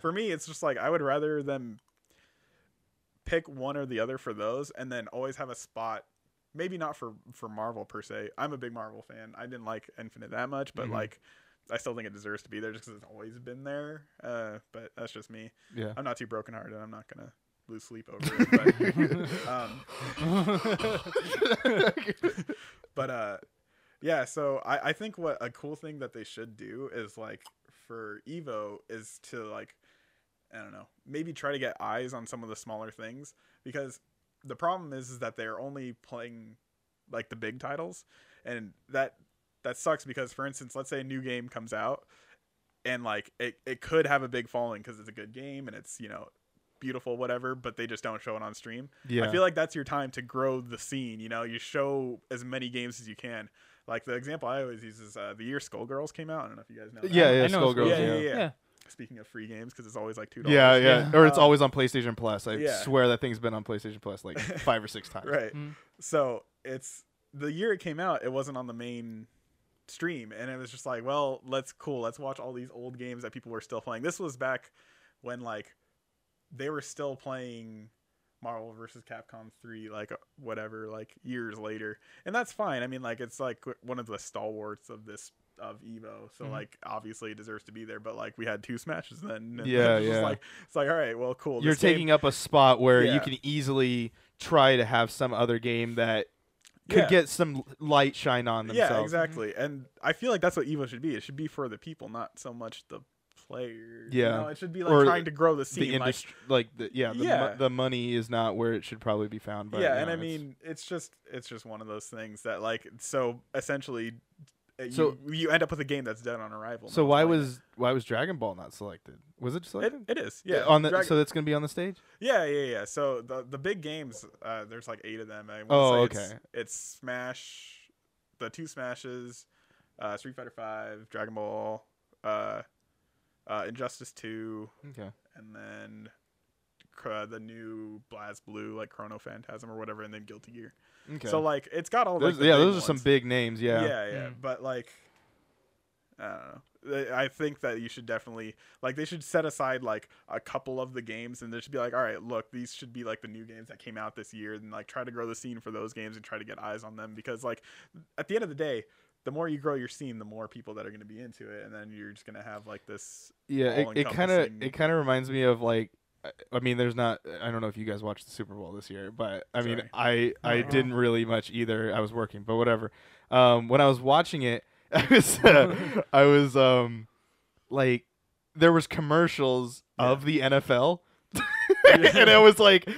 for me, it's just like I would rather them pick one or the other for those, and then always have a spot. Maybe not for for Marvel per se. I'm a big Marvel fan. I didn't like Infinite that much, but Mhm. like I still think it deserves to be there just because it's always been there. Uh, but that's just me. <laughs> <laughs> Yeah. I'm not too brokenhearted. I'm not gonna lose sleep over it. <laughs> But, um, but uh, yeah. So I, I think what a cool thing that they should do is like for Evo is to like I don't know maybe try to get eyes on some of the smaller things because the problem is is that they're only playing like the big titles and that that sucks because for instance let's say a new game comes out and like it, it could have a big following because it's a good game and it's you know beautiful whatever but they just don't show it on stream yeah. I feel like that's your time to grow the scene. You know, you show as many games as you can. Like the example I always use is uh, the year Skullgirls came out. I don't know if you guys know. That. yeah, yeah, I know it's- Skullgirls. Yeah, yeah, yeah. yeah. Yeah. Speaking of free games, because it's always like two dollars. Yeah, yeah, Yeah. or it's Uh, always on PlayStation Plus. I yeah. swear that thing's been on PlayStation Plus <laughs> like five or six times. Right. Mm. So it's the year it came out. It wasn't on the main stream, and it was just like, well, let's cool. Let's watch all these old games that people were still playing. This was back when like they were still playing Marvel versus Capcom 3 like uh, whatever like years later. And that's fine. I mean like it's like one of the stalwarts of this of Evo. So Mm-hmm. Mhm. like obviously it deserves to be there, but like we had two smashes then. And Yeah, it's just yeah. like it's like all right, well cool. You're This game- taking up a spot where Yeah. you can easily try to have some other game that could Yeah. get some l- light shine on themselves. Yeah, exactly. And I feel like that's what Evo should be. It should be for the people, not so much the player. Yeah. You know, it should be like Or trying to grow the scene. the like, industry, like, the, yeah, the, mo- Yeah. the money is not where it should probably be found. But yeah, you and know, I it's- mean, it's just it's just one of those things that like so essentially, uh, you, So- you end up with a game that's dead on arrival. no so one's why playing was why was Dragon Ball not selected? Was it it, selected? it, it is yeah on the Dragon- so that's gonna be on the stage. yeah yeah yeah. So the the big games, uh, there's like eight of them. I wanna Oh, say It's, okay. it's Smash, the two Smashes, uh, Street Fighter Five, Dragon Ball, uh, uh, Injustice Two, Okay. and then uh, the new Blaz Blue like Chrono Phantasm or whatever, and then Guilty Gear. Okay. So like it's got all those, like, the yeah, big those are some ones. big names. Yeah. Yeah, yeah. Mm. But like, I don't know. I I think that you should definitely like they should set aside like a couple of the games, and they should be like, all right, look, these should be like the new games that came out this year, and like try to grow the scene for those games and try to get eyes on them because like at the end of the day. The more you grow your scene, the more people that are going to be into it, and then you're just going to have like this. Yeah, it, it kind of all-encompassing- it kind of reminds me of like I- I mean there's not I don't know if you guys watched the Super Bowl this year, but I mean Sorry. Uh-huh. I I Uh-uh. didn't really much either. I was working, but whatever. Um when I was watching it, <laughs> I was <laughs> uh, I was um like there was commercials of the NFL. <laughs> <laughs> and I was like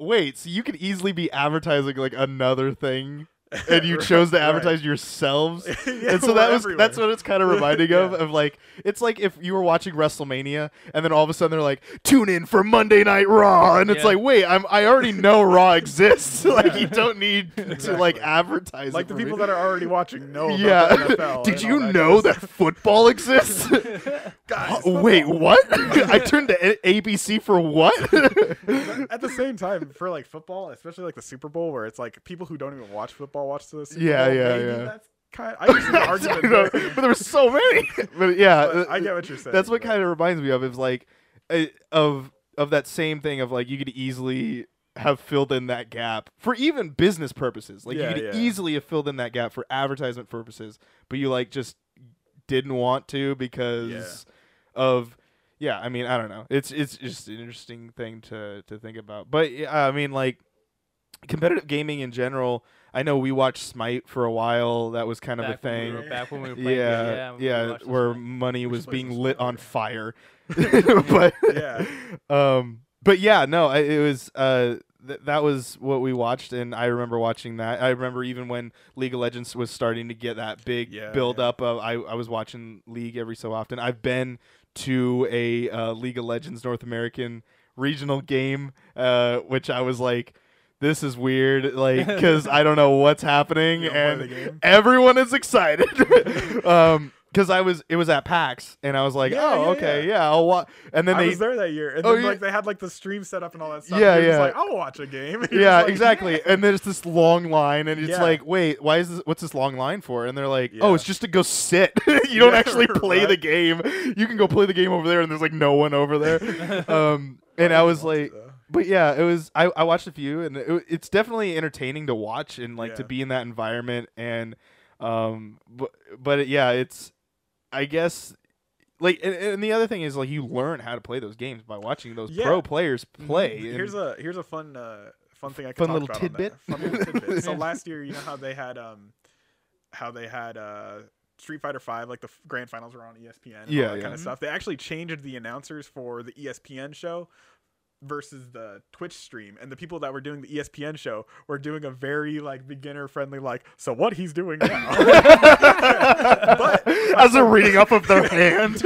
wait, so you could easily be advertising like another thing and you chose to <laughs> Right. advertise <laughs> yourselves? Yeah, <laughs> and so we're that was everywhere. that's what it's kind of reminding of Yeah. of like it's like if you were watching WrestleMania and then all of a sudden they're like tune in for Monday Night Raw and it's Yeah. like wait I'm I already know Raw exists <laughs> like you don't need to like Exactly. advertise it <laughs> like the for me. people that are already watching know. About yeah the <laughs> NFL did and you all that know kind of that football <laughs> exists stuff. Guys, Oh, wait what <laughs> I turned to A- ABC for what But at the same time, for like football, especially like the Super Bowl, where it's like people who don't even watch football watch the Super Yeah, Bowl. yeah, maybe yeah. That's kind. <laughs> I used to I argue don't know, but there were so many <laughs> but yeah But I uh, get what you're saying. that's what but- kind of reminds me of is like uh, of of that same thing of like you could easily have filled in that gap for even business purposes like Yeah, you could yeah. easily have filled in that gap for advertisement purposes but you like just didn't want to because of yeah i mean i don't know it's it's just an interesting thing to to think about but yeah, i mean like competitive gaming in general i know we watched smite for a while that was kind of a back when we thing were- back when we were playing games, yeah, when we yeah, watched this where one. money was play being some lit Smash on Bros. <laughs> fire. <laughs> but Yeah. um, but yeah, no, I, it was uh, th- that was what we watched, and I remember watching that. I remember even when League of Legends was starting to get that big Yeah, build yeah. up of I I was watching League every so often. I've been to a uh, League of Legends North American regional game, uh, which I was like. This is weird, <laughs> like, because I don't know what's happening, You don't play and the game? everyone is excited <laughs> um because i was it was at pax and i was like Yeah, oh yeah, okay yeah. yeah, i'll watch and then I they was there that year, and Oh, then yeah. like they had like the stream set up and all that stuff. Yeah, and you're just yeah. Like I'll watch a game. <laughs> And you're yeah just like, exactly <laughs> and there's this long line and it's Yeah. like wait why is this what's this long line for and they're like Yeah. oh it's just to go sit <laughs> you don't Yeah, <laughs> actually play the right. game you can go play the game over there and there's like no one over <laughs> there um and i was want to, like though. but yeah it was i, I watched a few and it, it's definitely entertaining to watch and like to Yeah. be in that environment and um but, but it- yeah it's i guess like and, and the other thing is like you learn how to play those games by watching those Yeah. Mm-hmm. pro players play and- Here's a <laughs> here's a fun uh, fun thing I can Fun little talk about on that. tidbit. Fun little <laughs> tidbit. so Yeah. last year, you know how they had um how they had uh Street Fighter Five, like the f- grand finals were on E ESPN, and Yeah, all that yeah. kind of stuff. They actually changed the announcers for the E ESPN show versus the Twitch stream, and the people that were doing the E ESPN show were doing a very like beginner friendly, like so what he's doing <laughs> now. But- as they're reading up of <laughs> their hand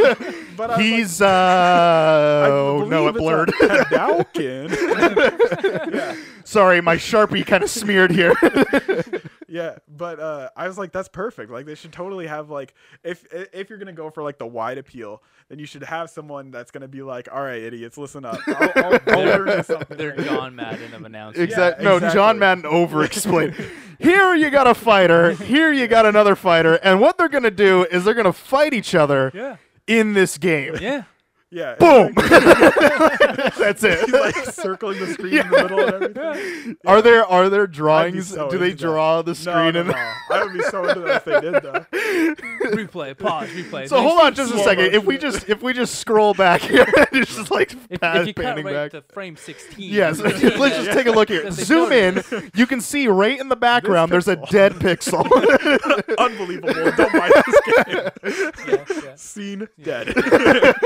But I was he's uh I oh no it believe blurred it's a Hadouken. <laughs> yeah. <laughs> sorry my sharpie kind of smeared here <laughs> Yeah, but uh, I was like, that's perfect. Like, they should totally have like, if if you're gonna go for like the wide appeal, then you should have someone that's gonna be like, all right, idiots, listen up. I'll, I'll, I'll learn you <laughs> something. They're right John Madden of announcing. Exact Yeah, no, John exactly. Madden over explained. <laughs> here you got a fighter, here you got another fighter, and what they're gonna do is they're gonna fight each other Yeah. in this game. Yeah. <laughs> Yeah. it's <laughs> boom. like- That's He's it. like circling the screen in the middle and everything. <laughs> Are there are there drawings? so Do they into that. draw the No, screen? no, and no. I would be so into that if they did <laughs> though. replay, pause, replay. So They hold on, see just a slow second. If motion. we just if we just scroll back here, <laughs> it's just like if, pan- if you cut panning right back. to frame 16. Yes, <laughs> let's just take a look here. That they Zoom in. You can see right in the background. There's a pixel. dead pixel. <laughs> Unbelievable. Don't buy this game. <laughs> Yeah, yeah. Scene Yeah. dead. <laughs> <laughs>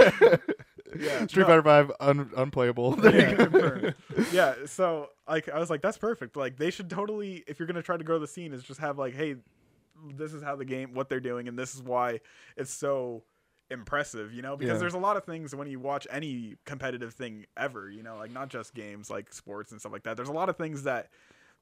yeah. Street no, Fighter Five un- unplayable. There you <laughs> Yeah, go. confirmed. yeah, so like I was like, that's perfect. Like they should totally, if you're gonna try to grow the scene, is just have like, hey, this is how the game, what they're doing, and this is why it's so impressive, you know? Because Yeah. there's a lot of things when you watch any competitive thing ever, you know, like not just games, like sports and stuff like that. There's a lot of things that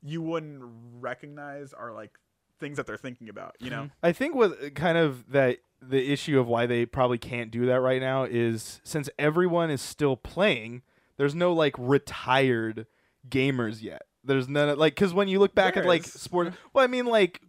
you wouldn't recognize are like things that they're thinking about, you know? I think what kind of that the issue of why they probably can't do that right now is since everyone is still playing, there's no like retired gamers yet. There's none of, like because when you look back There at like is. sports, well, I mean like.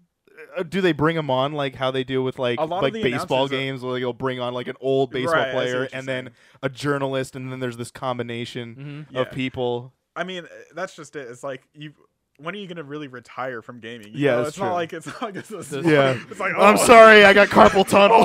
uh, Do they bring them on like how they do with like A lot of like the baseball announcers are- games? Where they'll bring on like an old baseball Right, I see what player you're and then a journalist, and then there's this combination Mhm. of Mm. Yeah. people. I mean, uh, that's just it. It's like you. When are you gonna really retire from gaming? You Yeah, know, that's it's true. not like it's not like it's, a sport. Yeah. it's like I'm oh, sorry, I got carpal <laughs> tunnel.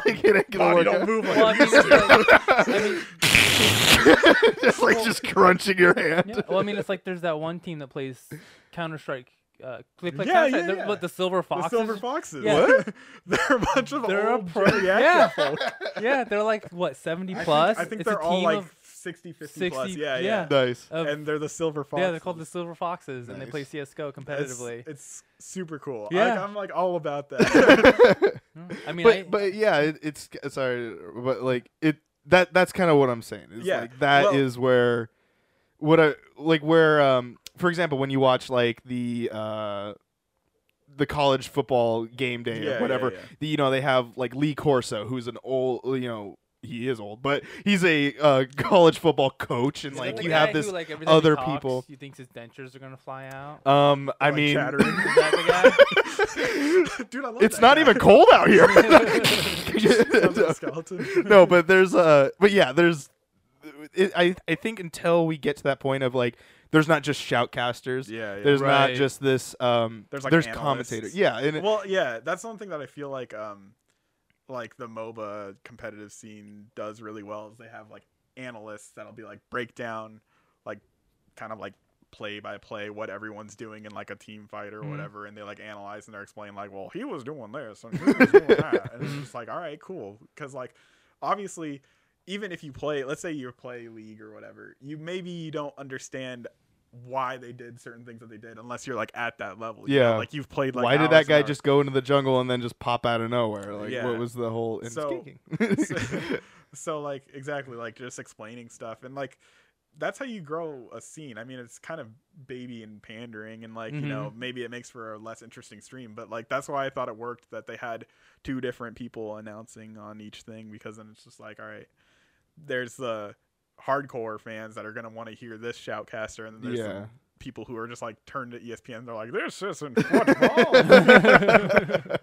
<laughs> like it ain't gonna Body work. don't out. move like Well, I it mean, used it's to. like, I mean, <laughs> Just like just crunching your hand. yeah. Well, I mean, it's like there's that one team that plays Counter Strike. Uh, they play Yeah, Counter yeah, Strike. yeah. the silver The foxes. silver foxes. Yeah. What? <laughs> They're a bunch of They're a old pro- geriatric <laughs> yeah. folk. I yeah, they're like what 70 think- plus. I think it's they're a team all like of, 60, 50 plus. 60 Yeah, yeah. yeah. Nice. of- And they're the silver foxes. yeah, they're called the silver foxes, and they play Nice. CS:GO It's, competitively. it's super cool. Like, Yeah. I'm like all about <laughs> that. Mm. <laughs> I mean, but I, but yeah, it, it's sorry, but like it that that's kind of what I'm saying. Is Yeah, like that is well- where what I like where um for example when you watch like the uh the college football game day <laughs> Yeah, yeah, or whatever, yeah. the- you know they have like Lee Corso who's an old you know he is old, but he's a uh, <laughs> college football coach and Isn't that like the you guy have this who, like, every time he other talks, people- You think his dentures are gonna fly <laughs> out? um I Like, mean <laughs> chattering. <laughs> Is <laughs> that the Dude, I love it's that not <laughs> guy. even cold out <laughs> <laughs> Sounds like here. a skeleton. no, but there's uh, but yeah, there's. It, I I think until we get to that point of like, there's not just shoutcasters. <laughs> Yeah, yeah. There's not Right. just this. Um, There's, like, there's commentators. analysts. Yeah, and it- well yeah that's one thing that i feel like um like the moba competitive scene does really well is they have like analysts that'll be like break down like kind of like play by play what everyone's doing in like a team fight or Mm-hmm. Mhm. whatever and they like analyze and they're explaining like well he was doing this and he <laughs> was doing that and it's just like all right cool because like obviously even if you play let's say you play league or whatever you maybe you don't understand why they did certain things that they did unless you're like at that level you know? Yeah. like you've played like why did hours that and guy hours. just go into the jungle and then just pop out of nowhere? Like, Yeah. what was the whole? And So- skating. <laughs> <laughs> so, so, like exactly like just explaining stuff and like that's how you grow a scene i mean it's kind of baby and pandering and like you Mm-hmm. know maybe it makes for a less interesting stream but like that's why i thought it worked that they had two different people announcing on each thing because then it's just like all right there's the hardcore fans that are going to want to hear this shoutcaster and then there's yeah. the people who are just like turned to E espn they're like this isn't <laughs> football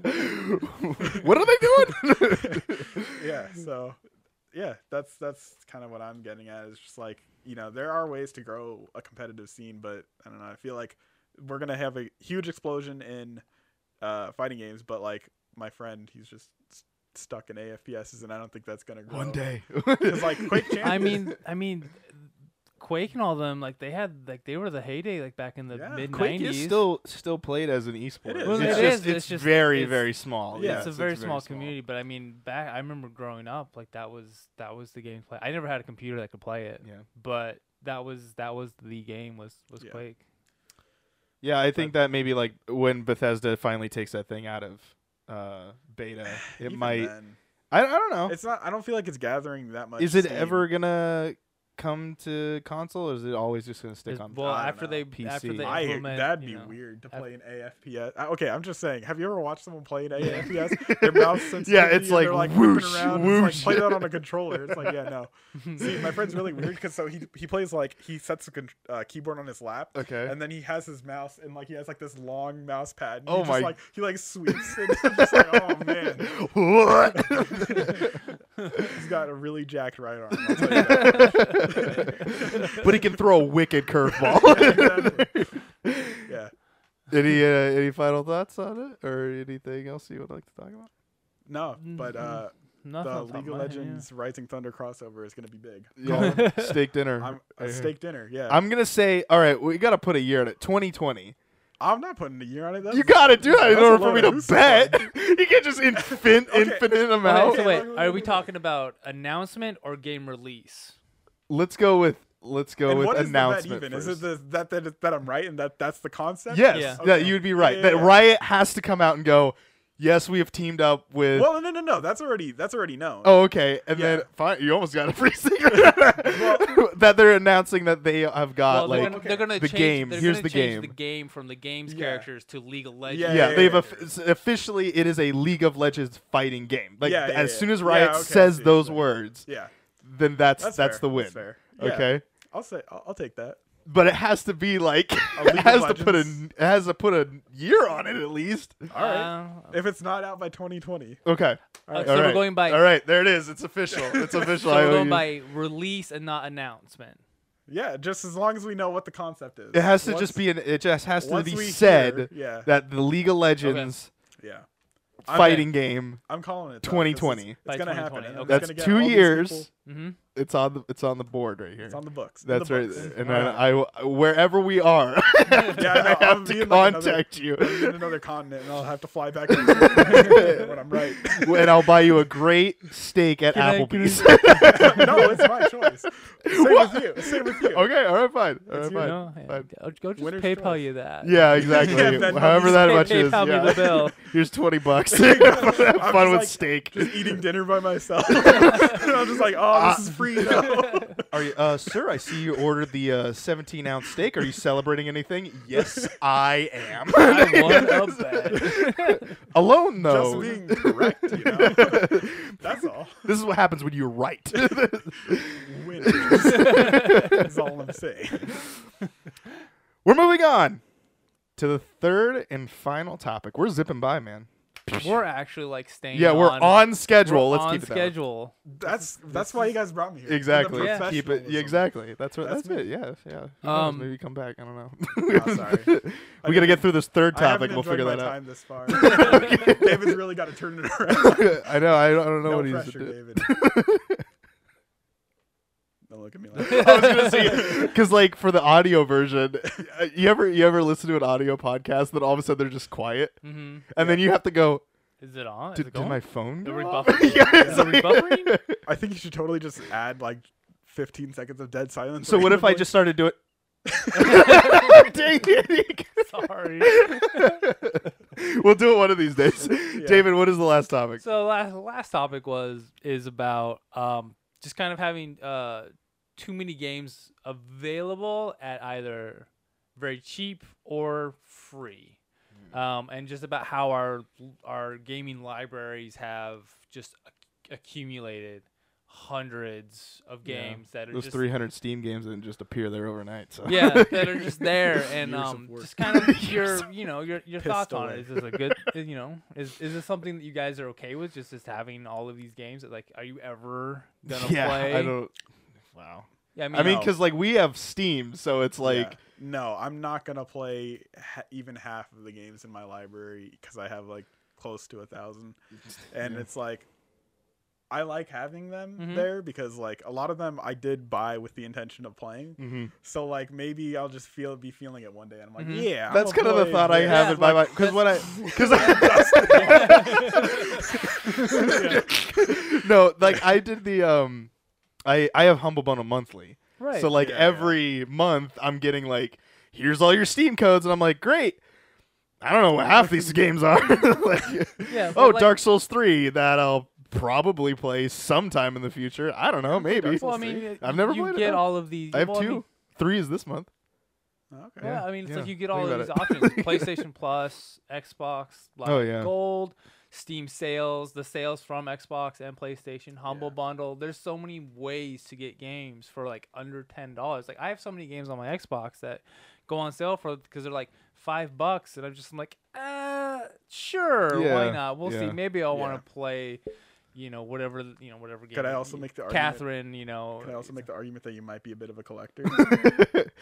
what are they doing? <laughs> yeah so yeah that's that's kind of what i'm getting at is just like you know there are ways to grow a competitive scene but i don't know i feel like we're gonna have a huge explosion in uh fighting games but like my friend he's just s- stuck in afps's and i don't think that's gonna grow One <laughs> day. because <laughs> like quick guy? I mean, I mean, Quake and all them, like they had, like they were the heyday, like back in the Yeah. mid Quake is '90s. still still played as an esport. It is. It's, Well, just, it is, It's, it's just- very it's- very small. yeah, Yes, it's a very small. small community, but I mean, back I remember growing up, like that was that was the game to play. I never had a computer that could play it, Yeah. but that was that was the game was was Yeah. Quake. Yeah, I think that maybe like when Bethesda finally takes that thing out of uh, beta, <sighs> it might. I, I don't know. it's not i don't feel like it's gathering that much Is it steam. ever gonna come to console, or is it always just gonna stick It- on? well, I don't after they after PC. they I implement, that'd be you know, weird to F- play an AFPS. Uh, Okay, I'm just saying. Have you ever watched someone <laughs> play an AFPS? Their mouth sensitivity. Yeah, it's and they're, like like whipping whoosh, around. It's whoosh. like, play <laughs> that on a controller. It's like yeah, no. See, my friend's really weird because so he he plays like he sets a con- uh, keyboard on his lap. Okay. And then he has his mouse and like he has like this long mouse pad. And Oh he my- Just, <laughs> like "Oh, <laughs> he like sweeps and just like oh man. what? got a really jacked right arm. I'll tell you that. <laughs> but he can throw a wicked curveball. <laughs> yeah. <laughs> any uh, any final thoughts on it, or anything else you would like to talk about? No, but uh, <laughs> Mm-hmm. Nothing the off top of League of my head, yeah. Legends Rising Thunder crossover is going to be big. Yeah, <laughs> steak dinner. I'm I a hear. steak dinner. Yeah. I'm, I'm gonna say, all right, we gotta put a year on it. 2020. not putting a year on it. That's, You gotta do that in that's a order for lot me of to hoops to bet. <laughs> you can't just infin- <laughs> Okay. infinite Okay, amount. so wait, <laughs> Okay. are we talking about announcement or game release? Let's go with let's go and with what is the bet announcement. even? Is first. it the, that, that that I'm right and that that's the concept? yes, Yeah. yeah, Okay. you would be right. Yeah, that yeah, yeah. Riot has to come out and go. Yes, we have teamed up with. Well, no, no, no. That's already that's already known. oh, okay, and then yeah. fine. You almost got a free <laughs> secret that they're announcing that they have Well, got they're Uh, like. gonna, they're gonna the change, game. They're Here's gonna the change game. The game from the game's Yeah. characters to League of Legends. yeah, Yeah, yeah, they've yeah. off- officially it is a League of Legends fighting game. Like Yeah, yeah, as yeah. soon as Yeah, Riot okay, I says see what those you're saying. words, yeah. then that's that's, That's fair. the win. That's fair. Yeah. Okay. I'll say I'll, I'll take that. But it has to be like League <laughs> it of has to put a Legends? it has to put a year on it at least. All right. Uh, if it's not out by 2020, Okay. Uh, so we're Alright. going by- All right, there it is. It's <laughs> official. It's official. so I we're owe going you. by release and not announcement. yeah, just as long as we know what the concept is. it has to Once- just be an, it just has to once be we hear- said yeah. that the League of Legends Yeah. fighting game I'm calling it that. 2020. It's, it's By gonna happen. 2020, and it's okay. that's gonna get 2 all these years. people- Mm-hmm. It's on the it's on the board right here. It's on the books. in the That's right. books. there. <laughs> And All then right. I, I wherever we are, <laughs> Yeah, I know. <laughs> I I'll have be to in, like, another- contact I'll be you, <laughs> in another continent, and I'll have to fly back next year when I'm right. <laughs> and I'll buy you a great steak at Can I- can I- Applebee's. no, it's my choice. Same <laughs> What? with you. Same with you. okay, all right, fine, all right, you, fine. no, yeah, fine. go- go just Winner's PayPal choice. you that. Yeah, exactly. that- However just that pay- much PayPal is. me yeah. the bill. <laughs> Here's twenty <laughs> bucks. <laughs> I'm Have just fun with like- steak. Just eating dinner <laughs> by myself. and I'm just like, oh, this is free now. Are you, uh, sir? I see you ordered the uh, 17 ounce steak. Are you celebrating anything? <laughs> Yes, I am. <laughs> I want a bet. Alone though. Just being correct, <laughs> you know. That's all. this is what happens when you're right. Winners. That's all I'm saying. <laughs> We're moving on to the third and final topic. We're zipping by, man. we're actually like staying. Yeah, we're on, we're schedule. Let's on keep it that way. <laughs> schedule. That's that's why you guys brought me here. for the Exactly. Keep it. professionalism. Yeah, exactly. That's what. That's, That's it. Yeah. Yeah. Who knows? Um, Maybe come back. I don't know. Oh, sorry. <laughs> we gotta get through this third I haven't topic. We'll figure enjoyed my that out. time this far. <laughs> David's really got to turn it around. I know. I don't, I don't know No what he's pressure, doing. David. Don't look at me like <laughs> that. I was gonna say because like for the audio version, <laughs> uh, you ever you ever listen to an audio podcast, then all of a sudden they're just quiet, and Mm-hmm. then you have to go. Is it on? Is Did, it did going? my phone? Are go we off?" <laughs> buffering? Yeah, it's Are we like- buffering? I think you should totally just add like 15 seconds of dead silence. <laughs> So what if I randomly. just started <laughs> doing? <laughs> Dang it. <laughs> Sorry. we'll do it one of these days. David, what is the last topic? So last last topic was is about um just kind of having uh too many games available at either very cheap or free. Mm. Um, and just about how our our gaming libraries have just ac- accumulated hundreds of Yeah. games that are Those just 300 Steam games didn't just appear there overnight. So. yeah <laughs> that are just there and Years of um work. just kind of your you know your your Pissed thoughts on away. it is this a good <laughs> you know is is this something that you guys are okay with just just having all of these games like are you ever gonna yeah, play I don't. Wow. yeah, I mean, I mean, No. because like we have Steam, so it's like Yeah. no, I'm not gonna play ha- even half of the games in my library because I have like close to a thousand, and it's like I like having them Mhm. there because like a lot of them I did buy with the intention of playing. mhm. So like maybe I'll just feel be feeling it one day, and I'm like, Mhm. yeah, I'm that's gonna kind of the play thought I this." have Yeah, in my mind. like, Because when I, because no, like I <laughs> did the um, I I have Humble Bundle monthly, right so like Yeah, yeah. every month I'm getting like, here's all your Steam codes, and I'm like, great. I don't know what half <laughs> these games are. <laughs> like, yeah oh, but, like, Dark Souls three that I'll probably play sometime in the future. I don't know, maybe. well, I mean, I've never you played it, get though. all of these. I have well, I mean, two. Three is this month. Okay. Yeah, I mean, it's like yeah. you get Think all of about these it. <laughs> options: PlayStation Plus, Xbox Live Oh, yeah. Gold, Steam sales, the sales from Xbox and PlayStation, Humble Bundle. There's so many ways to get games for like under ten dollars. Like I have so many games on my Xbox that go on sale for because they're like five bucks, and I'm just I'm like, uh, sure, Yeah, why not? We'll yeah. see. Maybe I'll Yeah. want to play. you know, whatever th- you know, whatever game. Could I it- also y- make the argument- Catherine? You know, Could I also it's- make the argument that you might be a bit of a collector?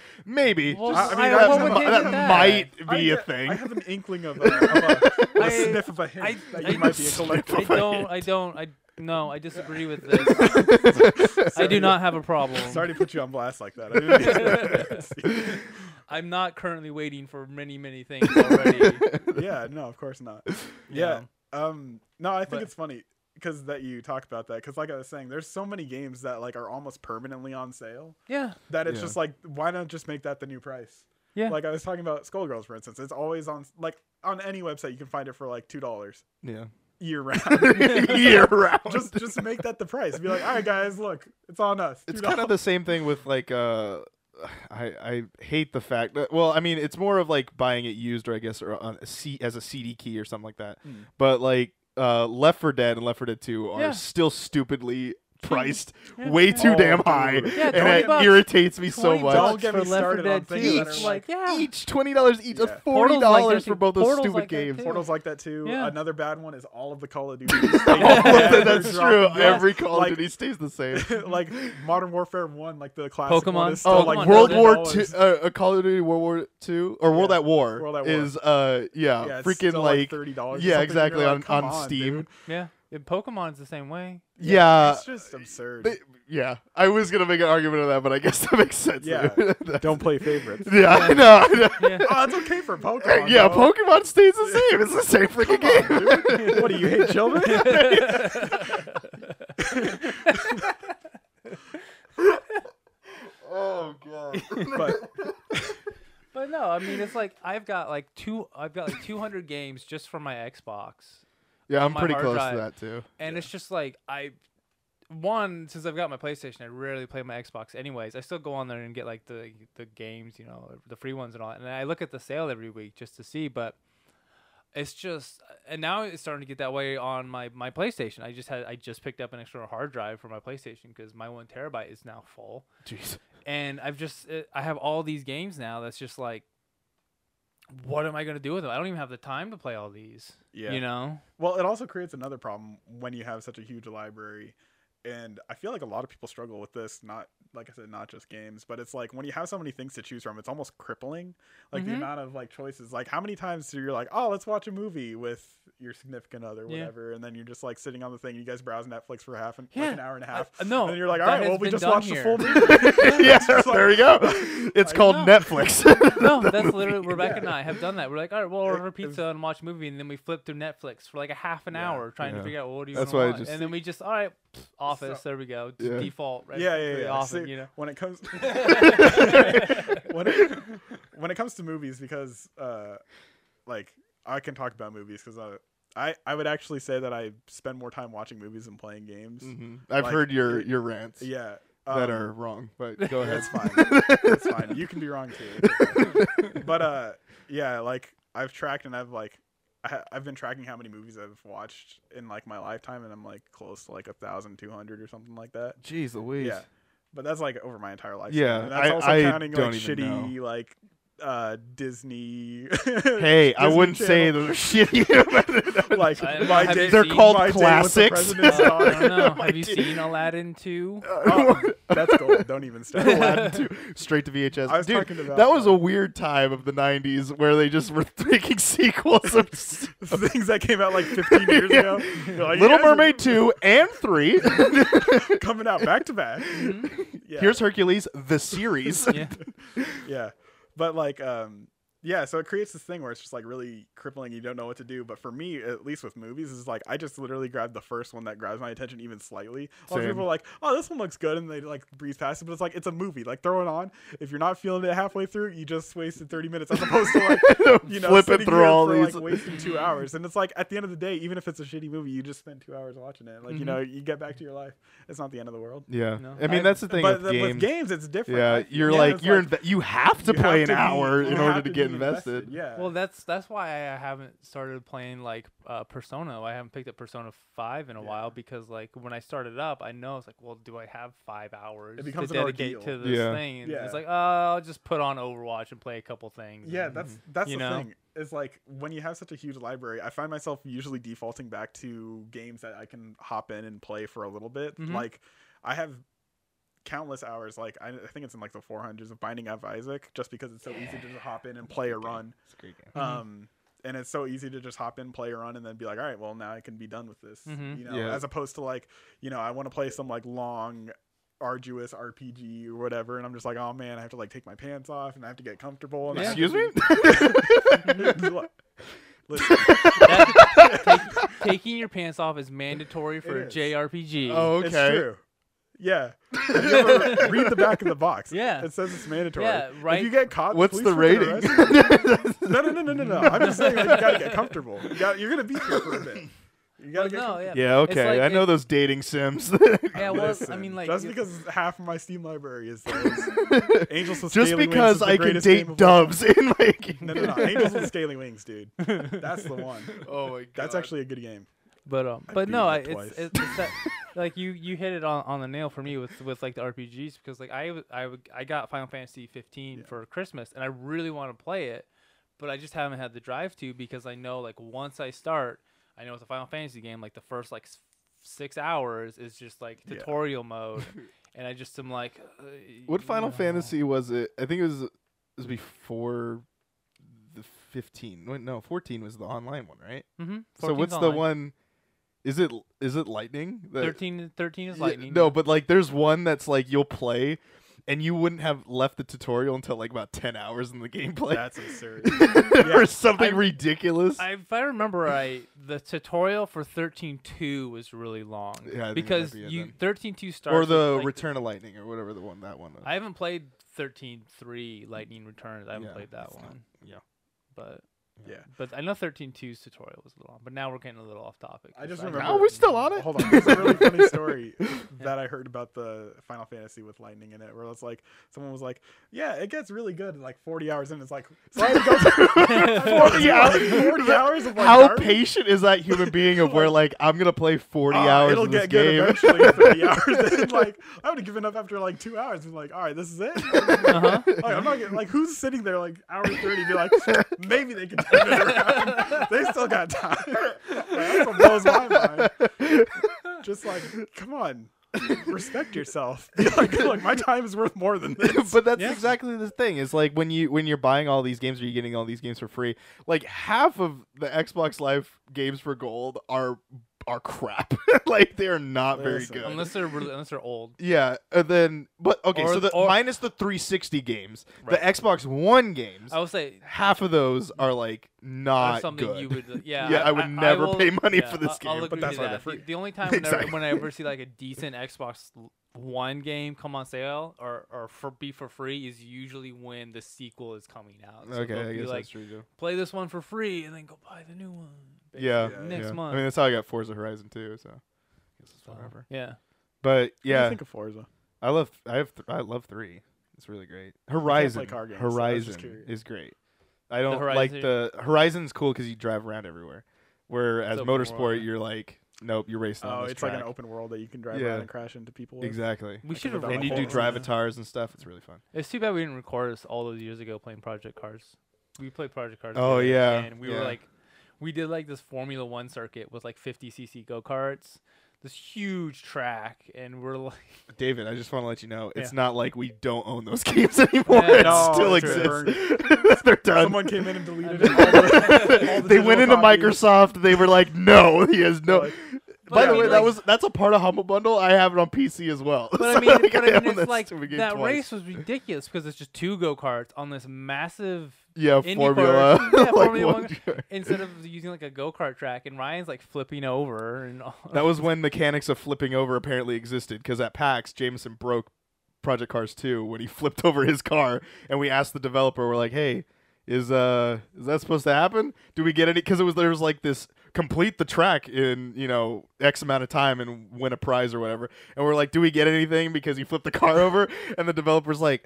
<laughs> Maybe. Well, Just- I- I mean, that's that not- mi- that's that not- might <laughs> I be a get- thing. I have an inkling of a, of a, <laughs> a I- sniff of a hint I- that I- you might be a collector. I <laughs> <laughs> don't. I don't. I no. I disagree with this. I do not have <laughs> a problem. Sorry to put you on blast like that. <laughs> I didn't mean to- I'm not currently waiting for many, many things <laughs> already. yeah, no, of <laughs> course not. Yeah. Um, no, I think But- it's funny because that you talk about that because, like I was saying, there's so many games that like are almost permanently on sale Yeah. that it's Yeah. just like, why not just make that the new price? Yeah. Like I was talking about Skullgirls, for instance. It's always on like on any website you can find it for like two dollars yeah. year round. <laughs> <laughs> Year round. just just make that the price. Be like, all right, guys, look, it's on us. it's $2." kind of the same thing with like uh I, I hate the fact that well I mean it's more of like buying it used or I guess or on a C, as a CD key or something like that Mm. but like uh Left 4 Dead and Left 4 Dead 2 are Yeah. still stupidly priced Yeah. way too Oh, damn dude. high Yeah, and 20 it bucks. irritates me so 20 much Don't get for me Left 4 started on Dead things that 2. are Each, like, like- yeah. each twenty dollars each that's Yeah. forty Portal's dollars like that for too. both those Portal's stupid like that games too. Portals like that too. Yeah. Another bad one is all of the <laughs> Call of Duty. games. <laughs> All of They them, <laughs> that's never true drop a- every Call of like- Duty stays the <laughs> same like Modern Warfare One, like the classic one Pokemon. is still Oh, Pokemon like World does it War $10. Two, uh, uh, Call of Duty World War Two, or World Yeah. at War World at War. is, uh, yeah, Yeah, it's freaking still, like, thirty dollars. yeah, exactly on on, Steam. Yeah. And Pokemon's the same <laughs> way. Yeah, it's just absurd. they- yeah. I was gonna make an argument of that, but I guess <laughs> that makes sense. Yeah. That's- Don't <laughs> play favorites. yeah, I know. I know. <laughs> Yeah. oh, it's okay for Pokemon. yeah, though. Pokemon stays the same. It's the same freaking game. <laughs> Dude, <laughs> what do you hate, children? <laughs> oh god. but But no, I mean it's like I've got like two I've got like 200 games just from my Xbox. Yeah, I'm My pretty hard close drive. to that too. <laughs> And it's just like I one since I've got my PlayStation, I rarely play my Xbox anyways. I still go on there and get like the the games, you know, the free ones and all. that. And I look at the sale every week just to see, but it's just and now it's starting to get that way on my my PlayStation. I just had I just picked up an external hard drive for my PlayStation cuz my 1 terabyte is now full. Jeez. and I've just uh, I have all these games now that's just like what am I going to do with them? I don't even have the time to play all these. Yeah. You know? well, it also creates another problem when you have such a huge library. And I feel like a lot of people struggle with this, not like I said, not just games, but it's like when you have so many things to choose from, it's almost crippling. Like the Mhm. amount of like choices. Like how many times do you're like, Oh, let's watch a movie with your significant other, Yeah. whatever, and then you're just like sitting on the thing, you guys browse Netflix for half an, like Yeah. an hour and a half. I- no, And then you're like, that All right, has well we been just done watched the here." full movie. yeah, It's like- there you go. It's Like, called no. Netflix. <laughs> No, The that's literally movie. Rebecca Yeah. and I have done that. We're like, all right, we'll order It- pizza and watch a movie, and then we flip through Netflix for like a half an Yeah. hour trying Yeah. to figure out well, what do you That's wanna why I watch? just- and then we just all right, pff, Office. there we go. Just Yeah. default. Right yeah, yeah, pretty yeah. Often, See, you <laughs> know. When <laughs> it comes when it, when it comes to movies, because uh, like I can talk about movies because I, I I would actually say that I spend more time watching movies than playing games. Mhm. I've Like, heard your it- your rants Yeah, that um, are wrong, <laughs> but go ahead. It's fine. it's fine. You can be wrong too. It's okay. but uh, yeah, like I've tracked and I've like. I ha- I've been tracking how many movies I've watched in like my lifetime, and I'm like close to like a thousand two hundred or something like that. <laughs> Jeez Louise. Yeah, but that's like over my entire life. Yeah, and that's I- also I counting don't like even shitty like uh Disney. <laughs> Hey, I Disney wouldn't say Channel. those are shitty. <laughs> but- <laughs> like I don't my know, have day, you They're seen- called my Day with the classics. President's Uh, <laughs> I <laughs> Daughter. don't know. My Have you dear. seen Aladdin <laughs> 2? Oh, that's gold. Don't even <laughs> start. Aladdin two, straight to VHS. I was Dude, talking about that was that. a weird time of the '90s where they just were <laughs> making sequels <laughs> of <laughs> Things that came out like 15 years <laughs> Yeah. ago. You're like, Little "You guys are Mermaid two and three. <laughs> coming out back to back. <laughs> Mm-hmm. Yeah. Here's Hercules, the series. <laughs> Yeah. yeah but like um yeah so it creates this thing where it's just like really crippling you don't know what to do but for me at least with movies is like i just literally grab the first one that grabs my attention even slightly a lot of Same. people are like oh this one looks good and they like breeze past it but it's like it's a movie like throw it on if you're not feeling it halfway through you just wasted 30 minutes as opposed to <laughs> like you know flipping sitting through here all for, these. like, wasting two hours and it's like at the end of the day even if it's a shitty movie you just spend two hours watching it like Mm-hmm. you Mhm. know you get back to your life it's not the end of the world yeah, No. I mean I- that's the thing but with the- games. with games it's different yeah, Like, you're yeah, like it's you're inve- you have to <laughs> you play have an to be- hour you in have order to get be invested. Yeah. Well, that's that's why I haven't started playing like uh, Persona. I haven't picked up Persona Five in a Yeah. while because like when I started up, I know it's like, well, do I have five hours becomes to an dedicate to ordeal. this Yeah. thing? And Yeah. it's like, oh, I'll just put on Overwatch and play a couple things. yeah, and- Mm-hmm. that's that's you the know? thing. is like when you have such a huge library, I find myself usually defaulting back to games that I can hop in and play for a little bit. Mhm. Like I have countless hours. Like I, I think it's in like the 400s of Binding of Isaac, just because it's so easy to just hop in and play a run. It's a great game. Mhm. Um, and it's so easy to just hop in, play a run, and then be like, all right, well now I can be done with this. Mhm. You know, Yeah. as opposed to like, you know, I want to play some like long arduous RPG or whatever and I'm just like oh man I have to like take my pants off and I have to get comfortable and I have to Excuse me? <laughs> Listen, <laughs> That- take- taking your pants off is mandatory for a is. JRPG. <laughs> oh, it's <laughs> okay. true. Yeah. If you <laughs> ever read the back of the box. Yeah. It says it's mandatory. Yeah, right. If you get caught, What's police the will get rating? <laughs> arrested. no, no, no, no, no, no. I'm just saying like, you got to get comfortable. You got, you're going to be here for a bit. You got Well, to get no, comfortable. yeah. yeah, It's okay. like I know it- those dating <laughs> sims. <laughs> Yeah, well, I Listen, mean, like, just you- because half of my Steam library <laughs> is those. Angels with Just Scaly Wings is because the I can greatest game date of all time. doves in my game. <laughs> No, no, no. Angels with Scaly <laughs> Wings, dude. That's the one. Oh my god. That's actually a good game. But um, I but beat no, it I, it's, twice. it's it's <laughs> that like you you hit it on, on the nail for me with with like the RPGs because like I w- I w- I got Final Fantasy 15 for Christmas and I really want to play it, but I just haven't had the drive to because I know like once I start, I know it's a Final Fantasy game like the first like s- six hours is just like Yeah. tutorial <laughs> mode, and I just am like, uh, What Final no. Fantasy was it? I think it was it was before the 15. Wait, No, 14 was the online one, right? Mhm. So 14's what's the online. one is it is it lightning? that- 13, 13 is Yeah, lightning. No, but like there's one that's like you'll play and you wouldn't have left the tutorial until like about 10 hours in the gameplay. <laughs> That's absurd. or something I- ridiculous. I, if I remember right, the tutorial for thirteen two was really long Yeah, I think it might because be it you then. thirteen two starts or with, the like, Return of Lightning or whatever the one that one. Was. I haven't played thirteen three Lightning Returns. I haven't Yeah, played that it's not- one. yeah. but Yeah. but I know thirteen 2's tutorial was a little long. But now we're getting a little off topic. I 'cause just Now remember. we're still on it. Hold on, there's a really <laughs> funny story that I heard about the Final Fantasy with lightning in it, where it's like someone was like, "Yeah, it gets really good." And like 40 hours in, it's like, so I had to <laughs> <laughs> <laughs> go through 40 hours. 40 hours of like How garbage. patient is that human being of where like I'm gonna play 40 Ah, hours It'll of this get game? good eventually. <laughs> 30 hours. And like I would have given up after like two hours. And like, all right, this <laughs> is it. Uh-huh. Like, I'm not getting, like who's sitting there like hour 30 be like, maybe they can turn it around. <laughs> they still got time. Like, that's what blows my mind. <laughs> just like, come on, respect yourself. <laughs> Be like, look, my time is worth more than <laughs> this. but that's Yeah. exactly the thing. Is like when you when you're buying all these games or you're getting all these games for free, like half of the Xbox Live games for gold are are crap. <laughs> like they are not very Listen. good. unless they're really, unless they're old. yeah, and then but okay, Or- so the or- minus the 360 games, Right. Oh. the Xbox One games, I will say half of those are like that's not something good. you would <laughs> yeah Yeah, I would never will- pay money yeah, for this I'll, game, I'll but agree that's to why they're that. The- free. The, <laughs> only time whenever, Exactly. when I ever see like a decent Xbox l- One game come on sale or or for be for free is usually when the sequel is coming out. So okay, they'll I be guess like that's true. too. play this one for free and then go buy the new one. Yeah, Yeah, next yeah. month. I mean, that's how I got Forza Horizon 2, so I guess it's So, whatever. Yeah. But What do you yeah, think of Forza. I love I have th- I love three. It's really great. play Horizon car games, so I was just Horizon curious. is great. I don't like Horizon- the Horizon's cool because you drive around everywhere. Whereas open motorsport, world. you're like, nope, you're racing. Oh, on this it's like an track. open world that you can drive Yeah. around and crash into people. with. exactly. We I should have could've done And you Like do Forza. <laughs> drive avatars and stuff. It's really fun. It's too bad we didn't record this all those years ago playing Project Cars. We played Project Cars. Oh, together, yeah, and we yeah. were like, we did like this Formula One circuit with like 50 cc go karts, this huge track, and we're like, David, I just want to let you know, it's Yeah. not like we don't own those <laughs> games anymore. it No, still it's <laughs> burned. exists. They're done. Someone came in and deleted mean, it. all the- all the they went into digital copies. Microsoft. They were like, "No, he has no." Like- By But the way, I mean, that like- was that's a part of Humble Bundle. I have it on PC as well. <laughs> but So I mean, think but I own mean it's that like stupid game that twice. race was ridiculous because it's just two go karts on this massive. Yeah, Indy Formula. cars. <laughs> Yeah, <laughs> like Formula one One. drive. <laughs> Instead of using like a go kart track, and Ryan's like flipping over and all. That was when mechanics of flipping over apparently existed because at PAX, Jameson broke Project Cars 2 when he <laughs> flipped over his car, and we asked the developer, we're like, "Hey, is uh is that supposed to happen? Do we get any?" Because it was there was like this complete the track in you know X amount of time and win a prize or whatever, and we're like, "Do we get anything because he flipped the car <laughs> over?" And the developer's like,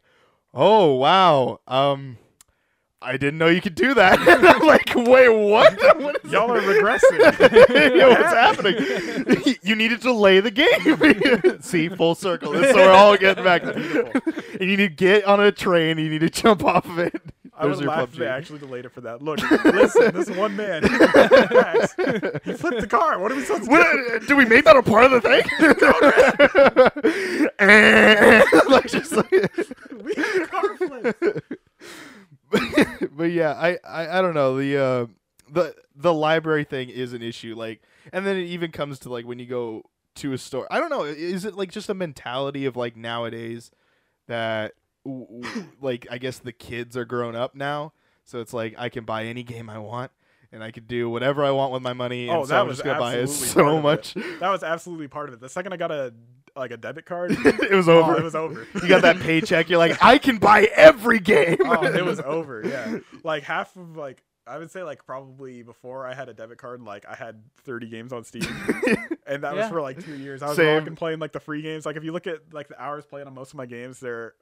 "Oh wow, um." I didn't know you could do that. <laughs> And I'm like, wait, what? <laughs> What is Y'all are <laughs> regressing. Yo, what's happening? <laughs> you need to delay the game. <laughs> See, full circle. So we're all getting back. Beautiful. And you need to get on a train. You need to jump off of it. I There's would your laugh if they PUBG. actually delayed it for that. Look, listen, this one man, he cracks. He flipped the car. What are we supposed to <laughs> do? What- uh, do we make that a part of the thing? <laughs> <laughs> Eh, <laughs> like just like- We had a car flip. <laughs> but yeah, I, I I don't know the uh, the the library thing is an issue. Like, and then it even comes to like when you go to a store. I don't know. Is it like just a mentality of like nowadays that w- <coughs> w- like I guess the kids are grown up now, so it's like I can buy any game I want. And I could do whatever I want with my money, and Oh, so that I'm was just gonna buy it absolutely part so of much. That was absolutely part of it. The second I got a like a debit card, it was oh, <laughs> over. it was over. you got that paycheck. You're like, I can buy every game. oh, it <laughs> was over. Yeah, like half of like I would say like probably before I had a debit card, like I had 30 games <laughs> on Steam, and that was Yeah. for like two years. I was Same. rocking playing like the free games. Like if you look at like the hours played on most of my games, they're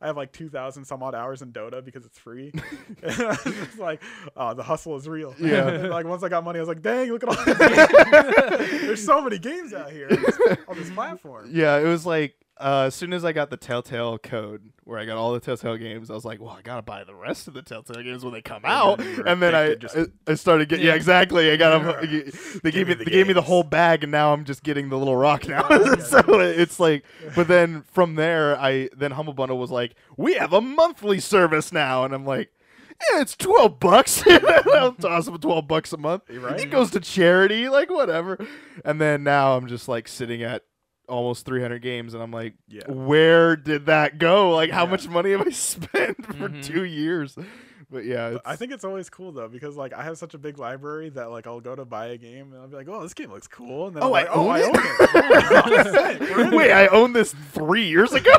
I have like 2,000 some odd hours in Dota because <laughs> it's free. <laughs> it's like, oh, the hustle is real. Yeah. And, <laughs> like once I got money, I was like, dang, look at all <laughs> these games. <laughs> There's so many games out here on this- on this platform. Yeah, it was like uh, as soon as I got the Telltale code, where I got all the Telltale games, I was like, well, I gotta buy the rest of the Telltale games when they come And out. then you were and then I, addicted just I I started getting yeah, Yeah. exactly. I got 'em- Yeah. They Give gave me me the they gave me the games. whole bag, and now I'm just getting the little rock now. <laughs> Yeah. so it- it's like, but then from there, I then Humble Bundle was like, we have a monthly service now, and I'm like. Yeah, it's twelve bucks. <laughs> <laughs> I'll toss him twelve bucks a month. You're right. It goes to charity, like whatever. And then now I'm just like sitting at almost 300 games, and I'm like, Yeah. where did that go? Like, how Yeah. Mm-hmm. much money have I <laughs> spent for Mhm. two years? But yeah, it's, I think it's always cool though because like I have such a big library that like I'll go to buy a game and I'll be like, oh, this game looks cool, and then Oh, I'm I like, oh, own I it? own <laughs> it. Yeah, 100%. wait, I owned this three years <laughs> <laughs> ago.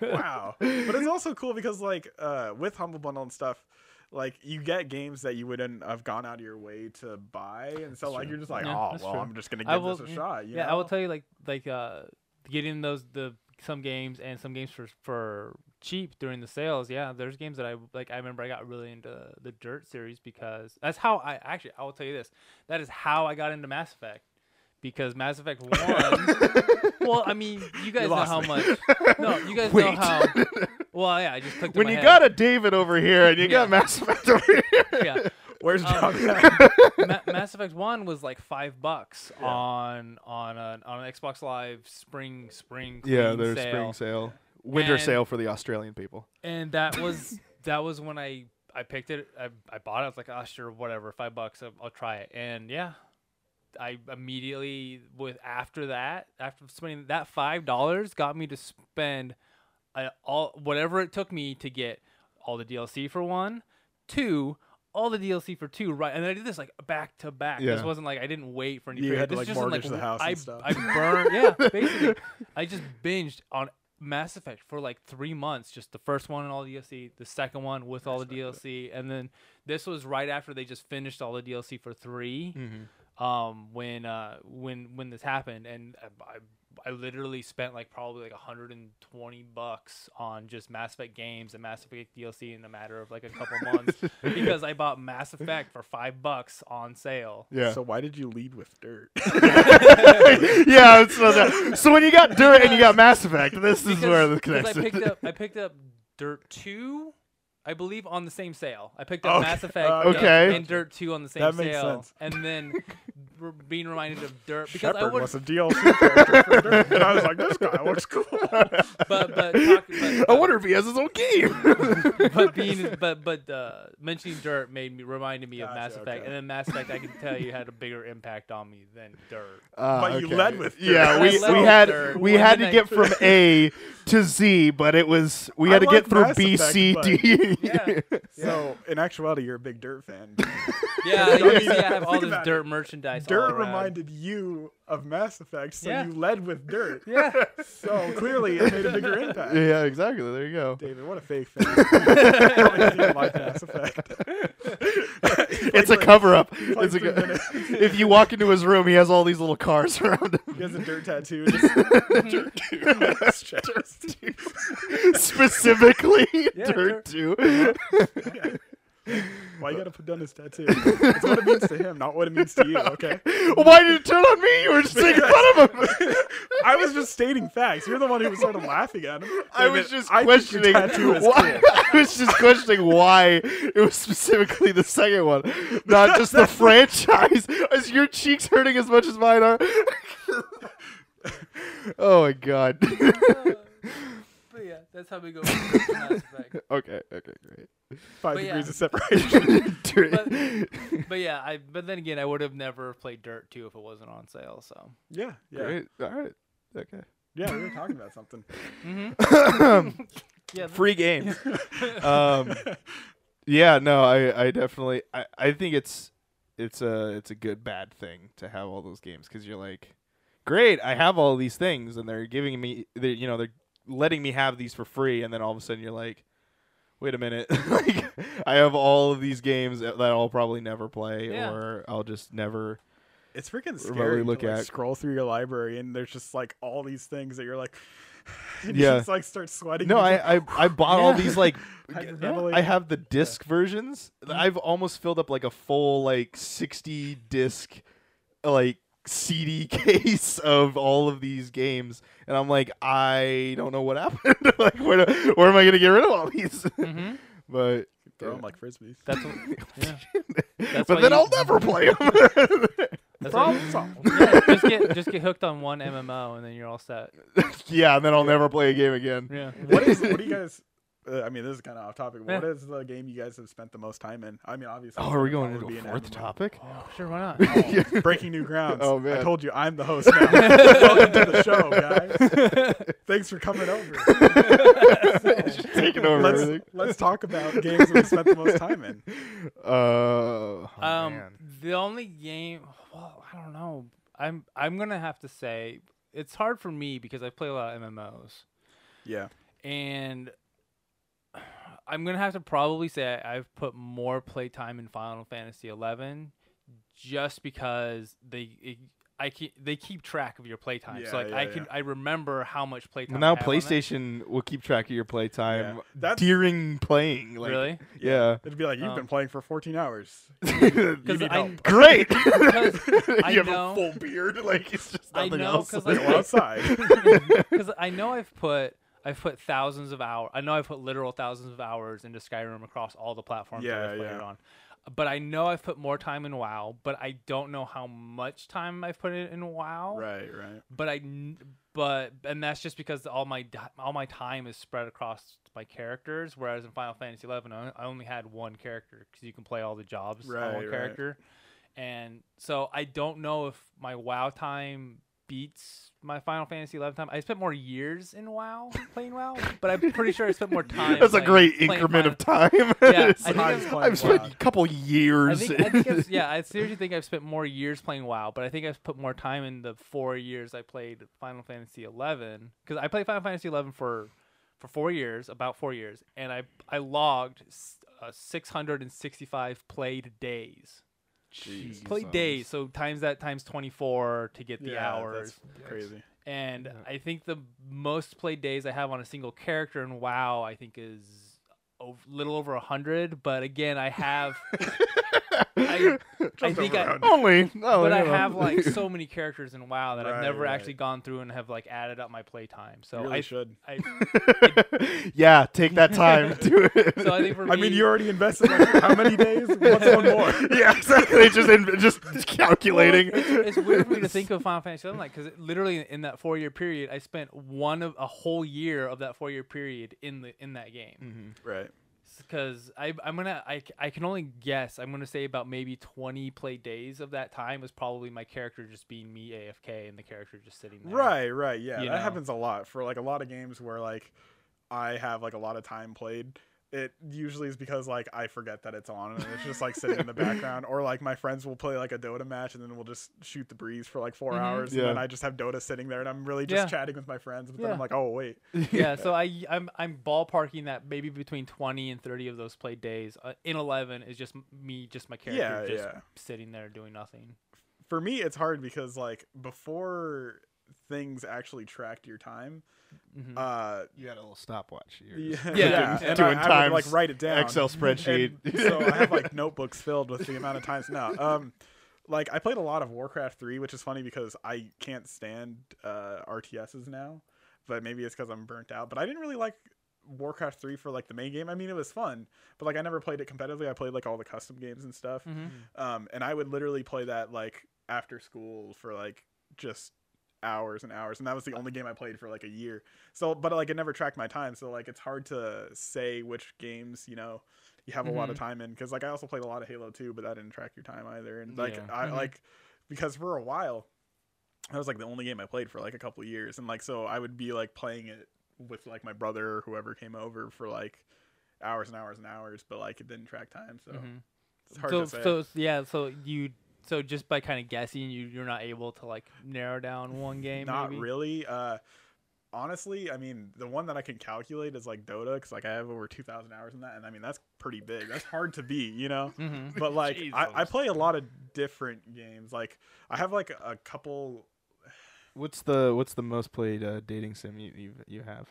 wow. But it's also cool because like uh, with Humble Bundle and stuff, like you get games that you wouldn't have gone out of your way to buy, and so That's like true. you're just like, Yeah, oh, that's well, true. I'm just gonna I give will- this a yeah. shot. <laughs> You yeah, I know? will tell you like like uh getting those the some games and some games for for cheap during the sales. Yeah, there's games that I like I remember I got really into the Dirt series because that's how I actually I will tell you this. That is how I got into Mass Effect because <laughs> Mass Effect 1 Well, I mean, you guys know lost how me. much No, you <laughs> guys know Wait. how Well, yeah, I just clicked in when my you head. got a David over here and you got Yeah. Mass Effect over here. Yeah. Where's Um, John? at? Ma- Mass Effect One was like five bucks on on an on an Xbox Live spring spring Yeah, clean their sale. spring sale, winter And- sale for the Australian people. and that was that was when I I picked it. I, I bought it. I was like, oh sure, whatever, five bucks. I'll, I'll try it. And yeah, I immediately with after that after spending that five dollars got me to spend uh, all whatever it took me to get all the DLC for one, two. All the DLC for two, right? And I did this like back to back. This Yeah. wasn't like I didn't wait for any. You period. had to, This like, just wasn't, mortgage the house I, and stuff. I burned. Yeah, basically. I just binged on Mass Effect for like three months, just the first one and all the DLC, the second one with all the DLC, and then this was right after they just finished all the DLC for 3 Mm-hmm. Um, when uh, when when this happened, and I, I, I literally spent like probably like 120 bucks on just Mass Effect games and Mass Effect DLC in a matter of like a couple months because I bought Mass Effect for five bucks on sale. Yeah. So why did you lead with <laughs> dirt? <laughs> <laughs> yeah, it's so, that- so when you got Dirt and you got Mass Effect, this is Because- <laughs> where the because connection. I picked up I picked up Dirt Two, I believe, on the same sale. I picked up Okay, Mass Effect uh, okay. and Dirt Two on the same That makes sale, sense. and <laughs> then re- being reminded of Dirt because I Shepard would. <laughs> was a DLC character for dirt, and I was like, this guy <laughs> looks cool. But but, <laughs> talk, <laughs> but, I wonder if he has his own game. but being but but uh, mentioning Dirt made me reminded me of Mass Gotcha, Effect, okay. and then Mass Effect I can tell you had a bigger impact on me than <laughs> Dirt. Uh, But you led with yeah. third. We, I led we with had third. we Well, had then to I- get <laughs> from A to Z, but it was we I had to like get through Mass B Effect, C <laughs> but- D. Yeah. So in actuality, you're a big dirt <laughs> fan. Yeah, <laughs> you can mean, see I have all think this about it. Dirt merchandise. all Dirt around. reminded you of Mass Effect, so Yeah. you led with Dirt. Yeah. <laughs> So clearly, it made a bigger <laughs> impact. Yeah, exactly. There you go. David, what a fake <laughs> fan! I don't like <laughs> Mass Effect. It's a cover up. like It's a three co- minutes. <laughs> if you walk into his room, he has all these little cars <laughs> around him. <laughs> He has a dirt <laughs> tattoo. Just <laughs> dirt on his chest. <laughs> Specifically, Yeah, Dirt Dirt. Two. Why you gotta put down his tattoo? It's what it means to him, not what it means to you. Okay. Why did it turn on me? You were just making fun of him. I was just stating facts. You're the one who started laughing at him. I And was then just <laughs> I think your questioning. tattoo is <laughs> Why, I was just questioning why it was specifically the second one, <laughs> not just the franchise. <laughs> Is your cheeks hurting as much as mine are? <laughs> oh my god. <laughs> but yeah, that's how we go. with the aspect. okay. Okay. Great. <laughs> Five But yeah. degrees of separation. <laughs> But yeah, I. But then again, I would have never played Dirt 2 if it wasn't on sale. So. yeah. Yeah. Great. All right. Okay. Yeah. We were talking about something. Mm-hmm. <laughs> <laughs> Yeah. free games. um, yeah, no, I, I definitely, I, I think it's, it's a, it's a good bad thing to have all those games because you're like, great, I have all these things, and they're giving me, they, you know, they're letting me have these for free, and then all of a sudden you're like, wait a minute, <laughs> like I have all of these games that I'll probably never play, Yeah. or I'll just never. It's freaking Remotely scary look to like, at. scroll through your library and there's just like all these things that you're like, <laughs> and Yeah. you just like start sweating. No, You're just I, I, I bought all <laughs> Yeah. these like like, hyperventilating. I have the disc versions. Mm-hmm. I've almost filled up like a full like 60 disc like CD <laughs> case of all of these games and I'm like I don't know what <laughs> happened. like where do, where am I going to get rid of all these? <laughs> hmm but Throw 'em like <laughs> frisbees. That's what, yeah. but why then you- I'll <laughs> never play them. That's what Problem you- solved. yeah, just get just get hooked on one MMO and then you're all set. <laughs> yeah, and then I'll never play a game again. Yeah. What is? What do you guys? Uh, I mean, this is kind of off topic. What Yeah. is the game you guys have spent the most time in? I mean, obviously. Oh, it's are we gonna going probably into a be an fourth MMO. topic? Oh, sure, why not? <laughs> Oh, <laughs> breaking new grounds. Oh, man. I told you, I'm <laughs> the host now. Welcome to the show, guys. Oh, Thanks for coming over. <laughs> Just <laughs> taking over Let's, everything. let's talk about games we spent the most time in. <laughs> Uh, oh, <laughs> um, man. the only game. Well, I don't know. I'm I'm gonna have to say it's hard for me because I play a lot of MMOs, Yeah. and I'm gonna have to probably say I, I've put more playtime in Final Fantasy XI, just because they. It, I keep, they keep track of your playtime, Yeah, so like yeah, I can yeah. I remember how much playtime. Well, I now have on it. PlayStation will keep track of your playtime uh, Yeah. That's- during playing. Like, <laughs> Really? <laughs> Yeah. It'd be like you've Um, been playing for 14 hours. You Because need I <laughs> <laughs> help. Great. because I you have know- a full beard. Like it's just I nothing know, else. 'cause, Go like- outside. because I know I've put I've put thousands of hours. I know I've put literal thousands of hours into Skyrim across all the platforms that Yeah, I've played yeah. it on. But I know I've put more time in WoW, but I don't know how much time I've put in in WoW. right, right. But I, kn- but and that's just because all my di- all my time is spread across my characters. Whereas in Final Fantasy Eleven, I I only had one character because you can play all the jobs on Right, one right. character. And so I don't know if my WoW time beats my Final Fantasy Eleven time. I spent more years in Wow playing Wow, but I'm pretty sure I spent more time. <laughs> That's a playing- great playing increment of Final- time. <laughs> Yeah, It's I think like, I've- I've spent a couple I years. think, I <laughs> think I've, yeah, I seriously think I've spent more years playing WoW, but I think I've put more time in the four years I played Final Fantasy Eleven because I played Final Fantasy Eleven for for four years, about four years, and I I logged s- uh, 665 played days. Jeez. Play Jesus. days, so times that times 24 to get the Yeah, hours. That's crazy. And I think the most played days I have on a single character in WoW, I think is a little over 100, but again, I <laughs> have I, I think over I, 100. only, no, <laughs> Oh, but I you know. have <laughs> like so many characters in WoW that I've Right, never right. actually gone through and have like added up my playtime. So You really I should. I <laughs> yeah, take that <laughs> time. Do it. so I think for me, <laughs> I mean, you already invested like how <laughs> many <laughs> days? What's one more? yeah, exactly. Just in, just well, calculating. It's, it's weird for me <laughs> to think <laughs> of Final Fantasy VII like because literally in that four year period, I spent one of a whole year of that four year period in the in that Hmm. game. <laughs> Mm-hmm. Right. Because I I'm gonna I, c- I can only guess I'm gonna say about maybe 20 play days of that time was probably my character just being me AFK and the character just sitting there. Right, right. Yeah. You that know? happens a lot for like a lot of games where like I have like a lot of time played. It usually is because like I forget that it's on and it's just like sitting in the <laughs> background, or like my friends will play like a Dota match and then we'll just shoot the breeze for like 4 Mhm. hours, Yeah. and then I just have Dota sitting there and I'm really just Yeah. chatting with my friends, but then Yeah. I'm like, oh wait, yeah so i i'm i'm ballparking that maybe between 20 and 30 of those play days uh, in 11 is just m- me just my character Yeah, just yeah. sitting there doing nothing for me it's hard because like before things actually tracked your time. Mhm. Uh, You had a little stopwatch. You're <laughs> yeah, just Yeah. and Doing I, I would, like times, write it down. Excel spreadsheet. And <laughs> so I have <laughs> like notebooks filled with the amount of times now. Um, like I played a lot of Warcraft three, which is funny because I can't stand uh, RTSs now, but maybe it's because I'm burnt out. But I didn't really like Warcraft three for like the main game. I mean, it was fun, but like I never played it competitively. I played like all the custom games and stuff. Mhm. Um, and I would literally play that like after school for like just hours and hours and that was the only game i played for like a year so but like it never tracked my time so like it's hard to say which games you know you have a lot Mm-hmm. of time in because like i also played a lot of halo 2 but that didn't track your time either and like Yeah. i Mhm. like because for a while that was like the only game i played for like a couple years and like so i would be like playing it with like my brother or whoever came over for like hours and hours and hours but like it didn't track time so Mhm. it's hard so, to say so s- yeah, so you so just by kind of guessing, you you're not able to like narrow down one game. Not maybe? really. Uh, honestly, I mean, the one that I can calculate is like Dota, because like I have over two thousand hours in that, and I mean that's pretty big. That's hard to beat, <laughs> you know. Mhm. But like I, I Jesus. play a lot of different games. Like I have like a couple. what's the what's the most played uh, dating sim you you you have?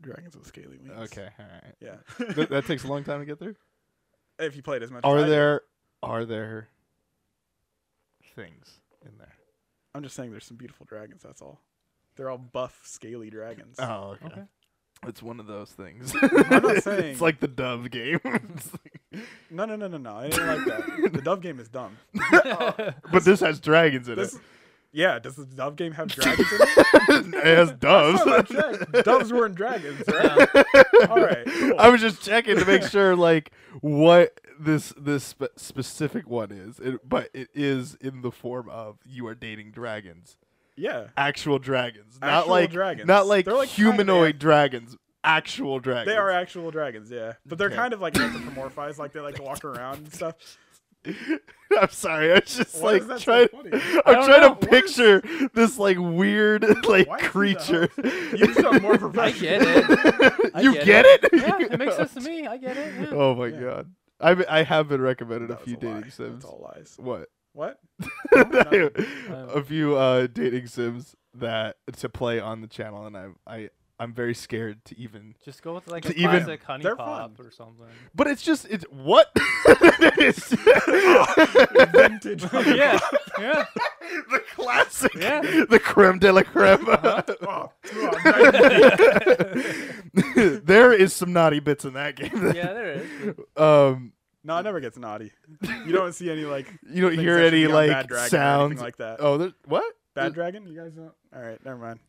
Dragons with scaly wings. Okay, all right. Yeah. <laughs> Th- that takes a long time to get through. <laughs> if you played as much. <laughs> as Are I- there are there things in there? I'm just saying, there's some beautiful dragons. That's all. They're all buff, scaly dragons. Oh, okay. Okay. It's one of those <laughs> things. not saying- it's like the Dove game. <laughs> It's <laughs> like- No, no, no, no, no. I didn't like <laughs> that. the Dove game is dumb. but this has dragons in This, it. <laughs> yeah, does the Dove game have dragons in it? it <laughs> has doves. Oh, check. Doves weren't dragons, right? Yeah. <laughs> All right. cool. I was just checking to <laughs> make sure, like, what this this spe- specific one is, it, but it is in the form of you are dating dragons, Yeah. actual dragons, not Actual like dragons. not like, They're like kinda- humanoid dragons, actual dragons. They are actual dragons, yeah. But they're Okay. kind of like anthropomorphized, like they like walk around and stuff. <laughs> I'm sorry. I was just Why is like that so trying. funny? I I'm don't trying know. to What is- picture this like weird like <laughs> Why is he the creature. You <laughs> sound more I professional. get it. I you get get it? <laughs> yeah, it <laughs> makes sense to me. I get it. Yeah. Oh my Yeah. god. I be- I have been recommended That a was few lie. dating That's sims. all lies. <laughs> What? What? <laughs> Um, a few uh, dating sims that to play on the channel, and I I I'm very scared to even. Just go with like To a even- classic honey They're pop fun. or <laughs> something. But it's just it's what. <laughs> It's- <laughs> Vintage. Oh, Oh, yeah, yeah. the classic, Yeah. Uh-huh. the creme de la <laughs> creme. <laughs> Oh, oh, dragon. <laughs> there is some naughty bits in that game. Yeah, there is. <laughs> Um, no, it never gets naughty. You don't see any like <laughs> you don't things hear that should any be on Bad like Dragon or anything sounds. like that. oh, there's, <laughs> what? Bad dragon? You guys don't? All right, <laughs> never mind.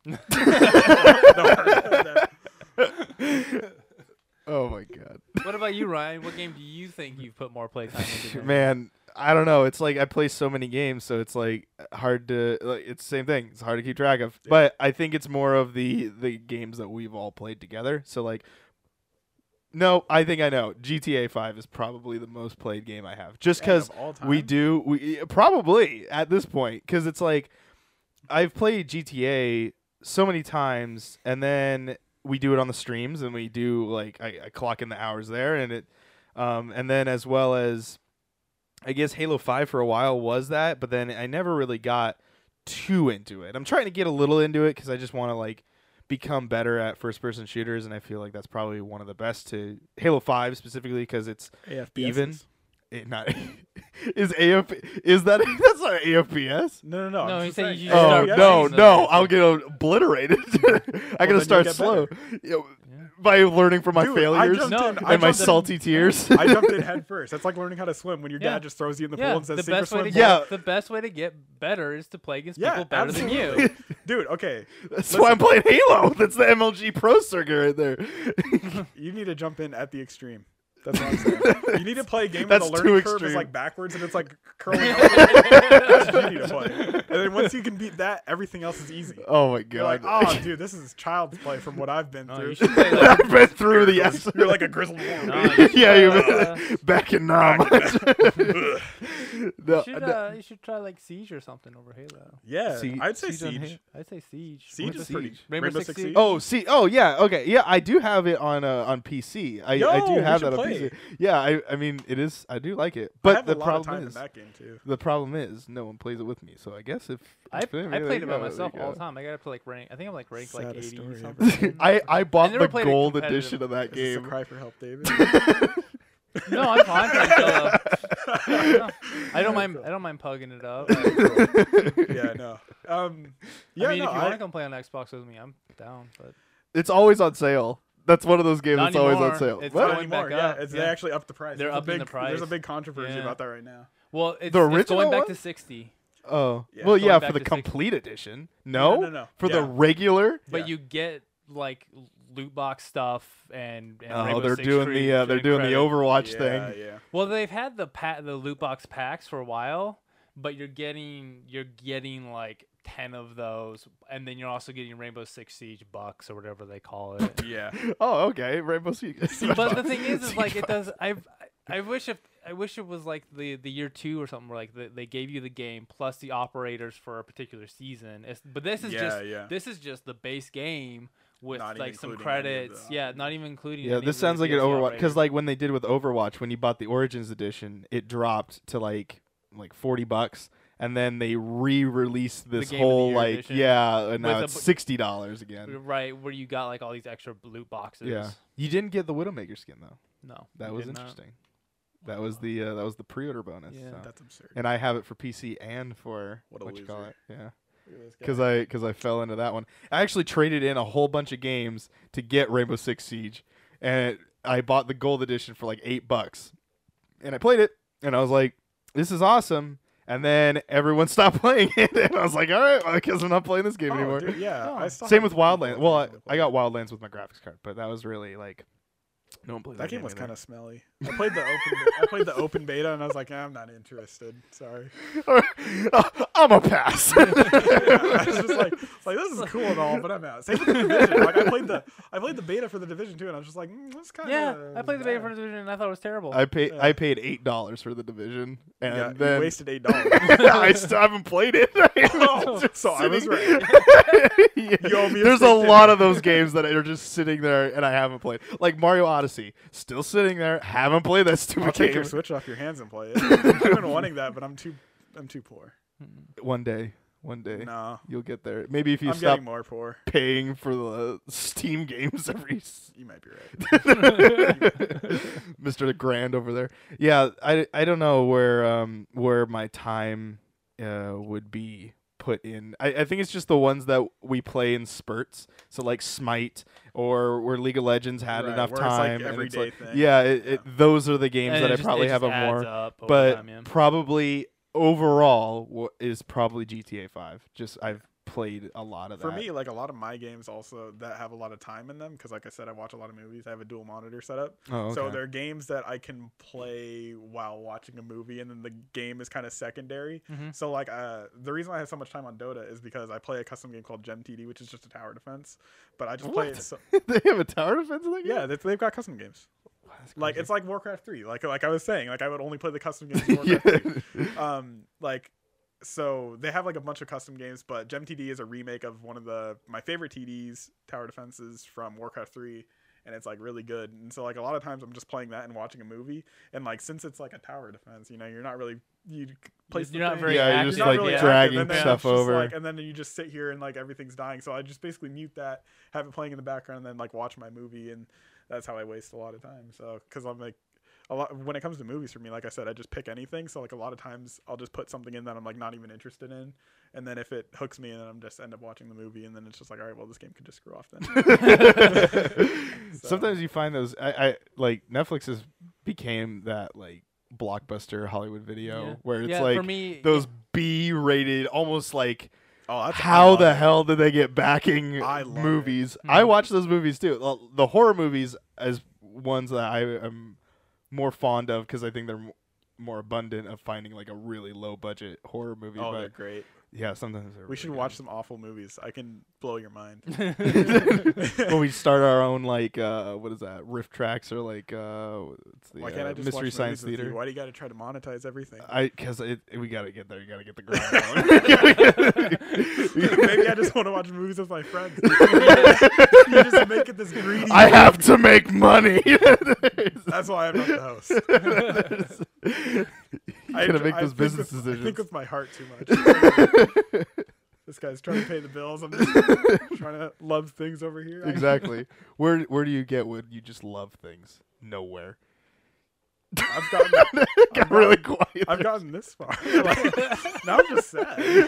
Oh my god. What about you, Ryan? What game do you think you've put more playtime into? <laughs> <laughs> than- man i don't know it's like i play so many games so it's like hard to like it's the same thing it's hard to keep track of but i think it's more of the the games that we've all played together so like no i think i know gta 5 is probably the most played game i have <laughs> just because Of all time? we do we probably at this point because it's like I've played GTA so many times, and then we do it on the streams, and we do like I, I clock in the hours there, and it, um, and then as well as, I guess Halo Five for a while was that, but then I never really got too into it. I'm trying to get a little into it because I just want to like become better at first person shooters, and I feel like that's probably one of the best to Halo Five specifically because it's AFPSs. even? it Eh, not <laughs> is AF is that <laughs> that's not AFPS. No, no, no. I'm No, just he's saying you just Oh start no, raising no! them. I'll get obliterated. <laughs> I then gotta you'll start get slow Yeah, Yeah. by learning from my Dude, failures I jumped No, in, I and my jumped in- salty tears. I <laughs> jumped in head first. That's like learning how to swim when your Yeah. dad just throws you in the yeah, pool and says, the "Sink or best way to swim." get, swim Yeah. the best way to get better is to play against Yeah, people better than <laughs> you. absolutely. Dude, okay, <laughs> That's why I'm playing Halo. <laughs> That's the MLG Pro Circuit right <laughs> there. you need to jump in at the extreme. That's what I'm saying. <laughs> you need to play a game where That's the too learning curve extreme. is like backwards and it's like <laughs> curling. That's what you need to play. And then once you can beat that, everything else is easy. oh my You're like, god! <laughs> oh, dude, this is child's play from what I've been No, through. Oh, you should <laughs> <laughs> play like, I've been through the <laughs> You're like a grizzled warrior. <laughs> no, you should yeah, play you like, uh, back in Nam. <laughs> No, you, should, no. uh, you should try like Siege or something over Halo. Yeah, Sie- I'd say Siege on Siege. Halo? I'd say Siege. Siege What's is a pretty. Siege? Rainbow Six Siege? Oh, see. Oh, yeah. Okay. Yeah, I do have it on uh, on PC. I, I Yo, do we have should that on play. PC. Yeah. I, I mean, it is. I do like it, I but have the a lot problem of time is in that game too. the problem is no one plays it with me. So I guess if I, I if anybody- there played you it by go, there myself you all go. the time. I got up to like rank. I think I'm like ranked like Saddest 80 story or ever. <laughs> <laughs> something. I I bought never the played it gold competitive. edition of that Is this a game. cry for help, David? <laughs> no, I'm <laughs> fine. with it, uh, no. I <laughs> don't mind. I don't mind pugging it <laughs> up. I- <laughs> yeah, no. Um, yeah, I mean, no, if you want to I, come play on Xbox with me, I'm down. But It's always on sale. That's one of those games Not that's always on anymore. sale. It's What? going not anymore. back yeah, up, It's, they yeah. actually upped the price. They're There's a upping the big, There's a price. big controversy Yeah. about that right now. well, it's, it's original going back one? to 60. Oh. Yeah, well, it's yeah, going for back the to six- complete edition. No? no, no, no. For the Yeah. regular? But Yeah. you get like loot box stuff and, and Oh, Rainbow they're Six doing Siege the uh, they're and doing the credit. Overwatch yeah, thing. Yeah, Well, they've had the pa- the loot box packs for a while, but you're getting you're getting like ten of those, and then you're also getting Rainbow Six Siege bucks or whatever they call <laughs> it. <laughs> yeah. Oh, okay. Rainbow Six. but the thing is, is <laughs> like it does. I I wish if I wish it was like the the year two or something where like the, they gave you the game plus the operators for a particular season. It's, but this is Yeah, just yeah. this is just the base game with Not even like some including any of the credits. Yeah, not even including. Yeah, any this of the sounds like an DLC Overwatch because operators. like when they did with Overwatch, when you bought the Origins edition, it dropped to like like forty bucks, and then they re-released this Game of the whole Year like edition. yeah, and now With a it's bu- sixty dollars again. right where you got like all these extra loot boxes. Yeah, you didn't get the Widowmaker skin though. No, That we was did not. interesting. That was the uh, that was the pre-order bonus. Yeah. so. That's absurd. And I have it for PC and for What what, a you call it, loser. yeah. Look at this guy. Because I because I fell into that one. I actually traded in a whole bunch of games to get Rainbow Six Siege, and I bought the gold edition for like eight bucks, and I played it, and I was like, "This is awesome." And then everyone <laughs> stopped playing it, and I was like, "All right, well, I guess I'm not playing this game Oh, anymore." dude, yeah. Oh. I still Same have with the Wild Wildlands. Lands Well, I, original I got one. Wildlands with my graphics card, but that was really like no one plays That game was kind of. of smelly. I played the open. I played the open beta, and I was like, "Nah, I'm not interested. Sorry. <laughs> <laughs> I'm a pass. I was just like, it's like this is cool and all, but I'm out. Same with the division. Like I played the I played the beta for the division too, and I was just like, mm, that's kind of Yeah, I played the Bay Front Division and I thought it was terrible. I paid Yeah. I paid eight dollars for the division, and Yeah, then you wasted eight dollars. <laughs> I still haven't played it. <laughs> <laughs> Oh, so I was right. Yeah. You owe me a There's a steak dinner. lot of those games that are just sitting there and I haven't played. Like Mario Odyssey, still sitting there, haven't played that I'll stupid <laughs> take game. your Switch off your hands and play it. I've been wanting that, but I'm too I'm too poor. Hmm. One day, one day, No, you'll get there. Maybe if you I'm stop getting more poor. paying for the Steam games <laughs> every. s- You might be <laughs> right. Mr. Grand over there. Yeah, I, I don't know where um where my time uh would be put in. I, I think it's just the ones that we play in spurts. So like Smite or where League of Legends had Right, enough where it's, like, time. and it's everyday like- thing. Yeah, it, Yeah. It, those are the games And that it I just- probably it have a just adds more. up over But time, yeah. probably overall wha- is probably GTA Five. Just I've played a lot of For that. me, like a lot of my games also that have a lot of time in them, because like I said, I watch a lot of movies. I have a dual monitor setup. oh, okay. So they're games that I can play while watching a movie, and then the game is kind of secondary. Mhm. So like, uh, the reason I have so much time on Dota is because I play a custom game called Gem TD, which is just a tower defense. But I just play What? it. So, <laughs> they have a tower defense in that game? <laughs> yeah, they- they've got custom games. Wow, that's Like crazy. it's like Warcraft three. Like like I was saying, like I would only play the custom games. in <laughs> Warcraft Yeah. 3 um like so they have like a bunch of custom games but gem td is a remake of one of the my favorite td's tower defenses from warcraft 3 and it's like really good and so like a lot of times i'm just playing that and watching a movie and like since it's like a tower defense you know you're not really you place You're not the thing, very yeah, active. you're just not like really active, dragging and then stuff it's just, over. like, and then you just sit here and like everything's dying so i just basically mute that have it playing in the background and then like watch my movie and that's how i waste a lot of time so because i'm like a lot when it comes to movies for me like i said i just pick anything so like a lot of times i'll just put something in that i'm like not even interested in and then if it hooks me and then i'm just end up watching the movie and then it's just like all right well this game could just screw off <laughs> then <laughs> <laughs> Sometimes you find those. I, I like Netflix has became that like blockbuster Hollywood video Yeah. where it's Yeah, like for me, those B-rated, almost like oh that's how the hell did they get backing I love it. movies? Hmm. I watch those movies too. Well, The horror movies as ones that I am more fond of because I think they're m- more abundant of finding like a really low budget horror movie. oh but they're great Yeah, sometimes they're We should really watch good. some awful movies. I can blow your mind. <laughs> when we start our own like uh what is that riff tracks or like uh it's the Why uh, can't I just mystery watch science movies with you? theater Why do you got to try to monetize everything? i because it we gotta get there you gotta get the <laughs> ground going. <laughs> <laughs> Maybe I just want to watch movies with <laughs> my friends. <laughs> you just make it this greedy. i have to make money <laughs> <laughs> That's why I'm not the host. you I gotta tr- make I those think business with- I decisions think with my heart too <laughs> much. this guy's trying to pay the bills. <laughs> I'm just <laughs> trying to love things over here. I- exactly where where do you get when you just love things nowhere <laughs> I've gotten, got really quiet I've gotten <laughs> this far. Like, <laughs> now I'm just sad.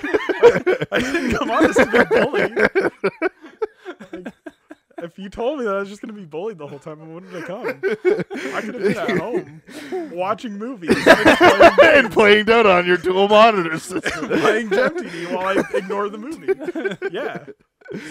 I didn't come on this to be bullied. Like, if you told me that I was just going to be bullied the whole time, I wouldn't have come. I could have been at home watching movies <laughs> and and playing Dota on your dual monitor <laughs> Oh, system. playing Gem TV while I ignore the movie. Yeah.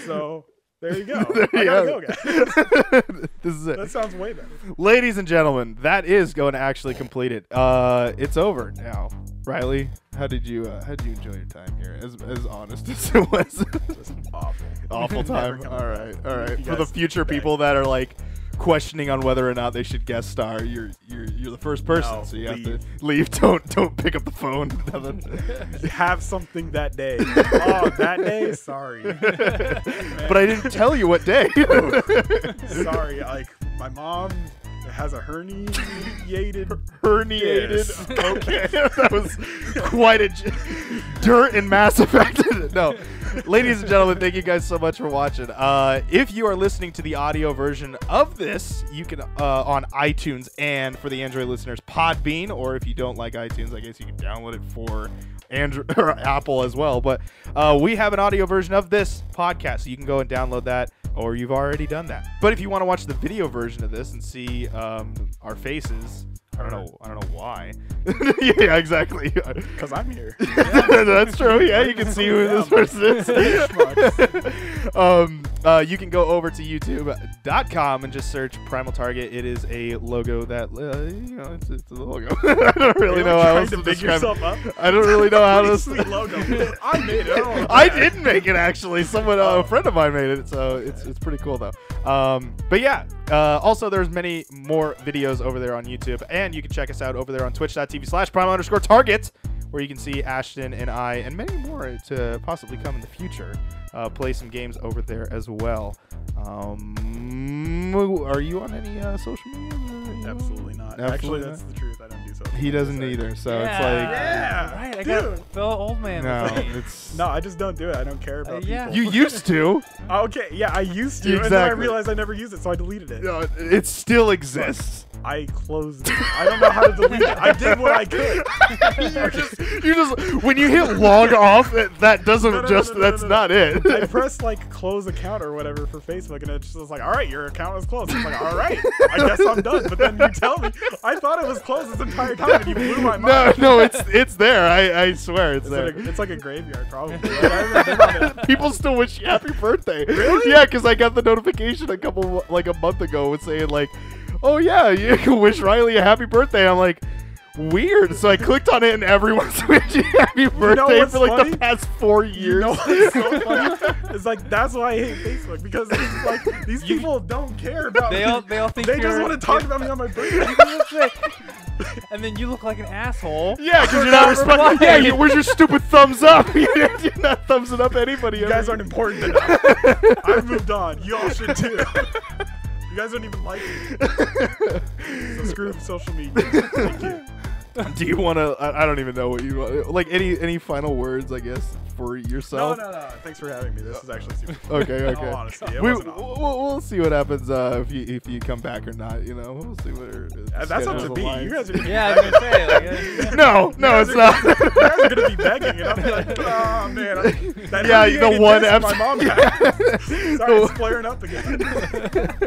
So there you <laughs> go. <laughs> There I you gotta go. go, guys. <laughs> this is it. That sounds way better. Ladies and gentlemen, that is going to actually complete it. Uh, it's over now. Riley, how did you uh, how did you enjoy your time here? As as honest <laughs> as it <laughs> was, Just awful. awful <laughs> Never time. coming All right, all right. You For the guys- future people that are like questioning on whether or not they should guest star, you're you're you're the first person, No, so you have to leave. <laughs> Don't don't pick up the phone. <laughs> <laughs> Nothing. Have something <laughs> that day. Oh, that day? Sorry. but I didn't tell you what day. <laughs> Sorry, like my mom has a <laughs> herniated. herniated. Yes. <laughs> Okay, that was quite a j- dirt and mass affected. <laughs> No, ladies and gentlemen, thank you guys so much for watching. Uh, if you are listening to the audio version of this, you can uh, on iTunes and for the Android listeners, Podbean. Or if you don't like iTunes, I guess you can download it for. Android <laughs> or Apple as well, but uh, we have an audio version of this podcast, so you can go and download that, or you've already done that. But if you want to watch the video version of this and see um, our faces, I don't know. I don't know why. <laughs> yeah, exactly. <laughs> Because I'm here. That's true. Yeah, you can see who this person <laughs> is. <laughs> um, uh, you can go over to YouTube.com and just search Primal Target. It is a logo that uh, you know it's, it's a logo. <laughs> I don't really You're know how trying else to to big describe. yourself up. It. I don't really know how <laughs> Pretty this. <laughs> sweet logo. I made it. I, don't know I that. didn't <laughs> make it actually. Someone, uh, Oh. a friend of mine made it, so it's, it's pretty cool though. Um, but yeah, uh, also there's many more videos over there on YouTube, and you can check us out over there on twitch.tv slash prime underscore target, where you can see Ashton and I and many more to possibly come in the future. Uh, play some games over there as well. Um, are you on any uh, social media? Absolutely not. Absolutely Actually, that's not. the truth. I don't do so. He doesn't either, so it's like Yeah, right. I dude. got the old man. no, with me. it's <laughs> No, I just don't do it. I don't care about yeah. people. Oh, You used to. Okay, yeah, I used to, and then I Exactly. realized I never used it, so I deleted it. No, it still <laughs> exists. <laughs> I closed it. I don't know how to delete it. I did what I could. <laughs> I just- You just when you hit log off, that- that doesn't No, no, no, just no, no, that's no, no. not it. I pressed like close account or whatever for Facebook, and it just was like, all right, your account is closed. I'm like, all right, I guess I'm done. But then you tell me, I thought it was closed this <laughs> entire time, and you blew my no, <laughs> mind. no, it's it's there. I, I swear it's, It's, there. like a, it's like a graveyard, probably. Like, I haven't been on it. People still wish you happy <laughs> birthday. Really? Yeah, because I got the notification a couple like a month ago with saying like, oh yeah, you <laughs> can wish Riley a happy birthday. I'm like. Weird. So I clicked on it, and everyone's <laughs> wishing happy birthday what's for like funny? the past four years. You know <laughs> what's so funny? It's like that's why I hate Facebook because it's just like these people don't care about They me. all they all think they just you're- <laughs> want to talk about me on my birthday. and then you look like an asshole. Yeah, because you're not respecting. Yeah, you, where's your stupid thumbs up? <laughs> you're not thumbsing up anybody. You guys aren't important enough. I've moved on. You all should too. You guys don't even like me. So screw social media. <laughs> Do you want to? I, I don't even know what you want. Like any any final words, I guess, for No, yourself. <laughs> no, no. Thanks for having me. This is actually super. fun. <laughs> Okay, In all <laughs> okay. honesty, Oh, it we, wasn't we'll, awful. we'll see what happens uh, if you if you come back or not. You know, we'll see what. Are, it's Uh, That's gonna up to be me. alliance. You guys are. <laughs> Yeah, I was gonna say. Like, <laughs> uh, no, no, it's guys not. <laughs> You guys are gonna be begging, and I'm like, oh man. I'm- That Yeah, herniated the one disc episode- <laughs> my mom had. Sorry, The- it's flaring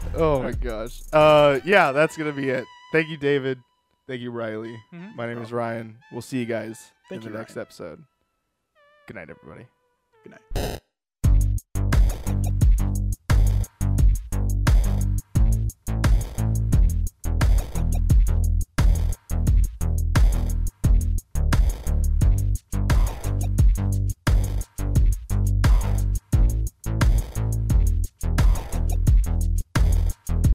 <laughs> again. oh my gosh. Uh, yeah, that's gonna be it. Thank you, David. Thank you, Riley. Mhm. My name is Ryan. We'll see you guys Mm-hmm. Oh. Thank in the you, next Ryan. episode. Good night, everybody. Good night.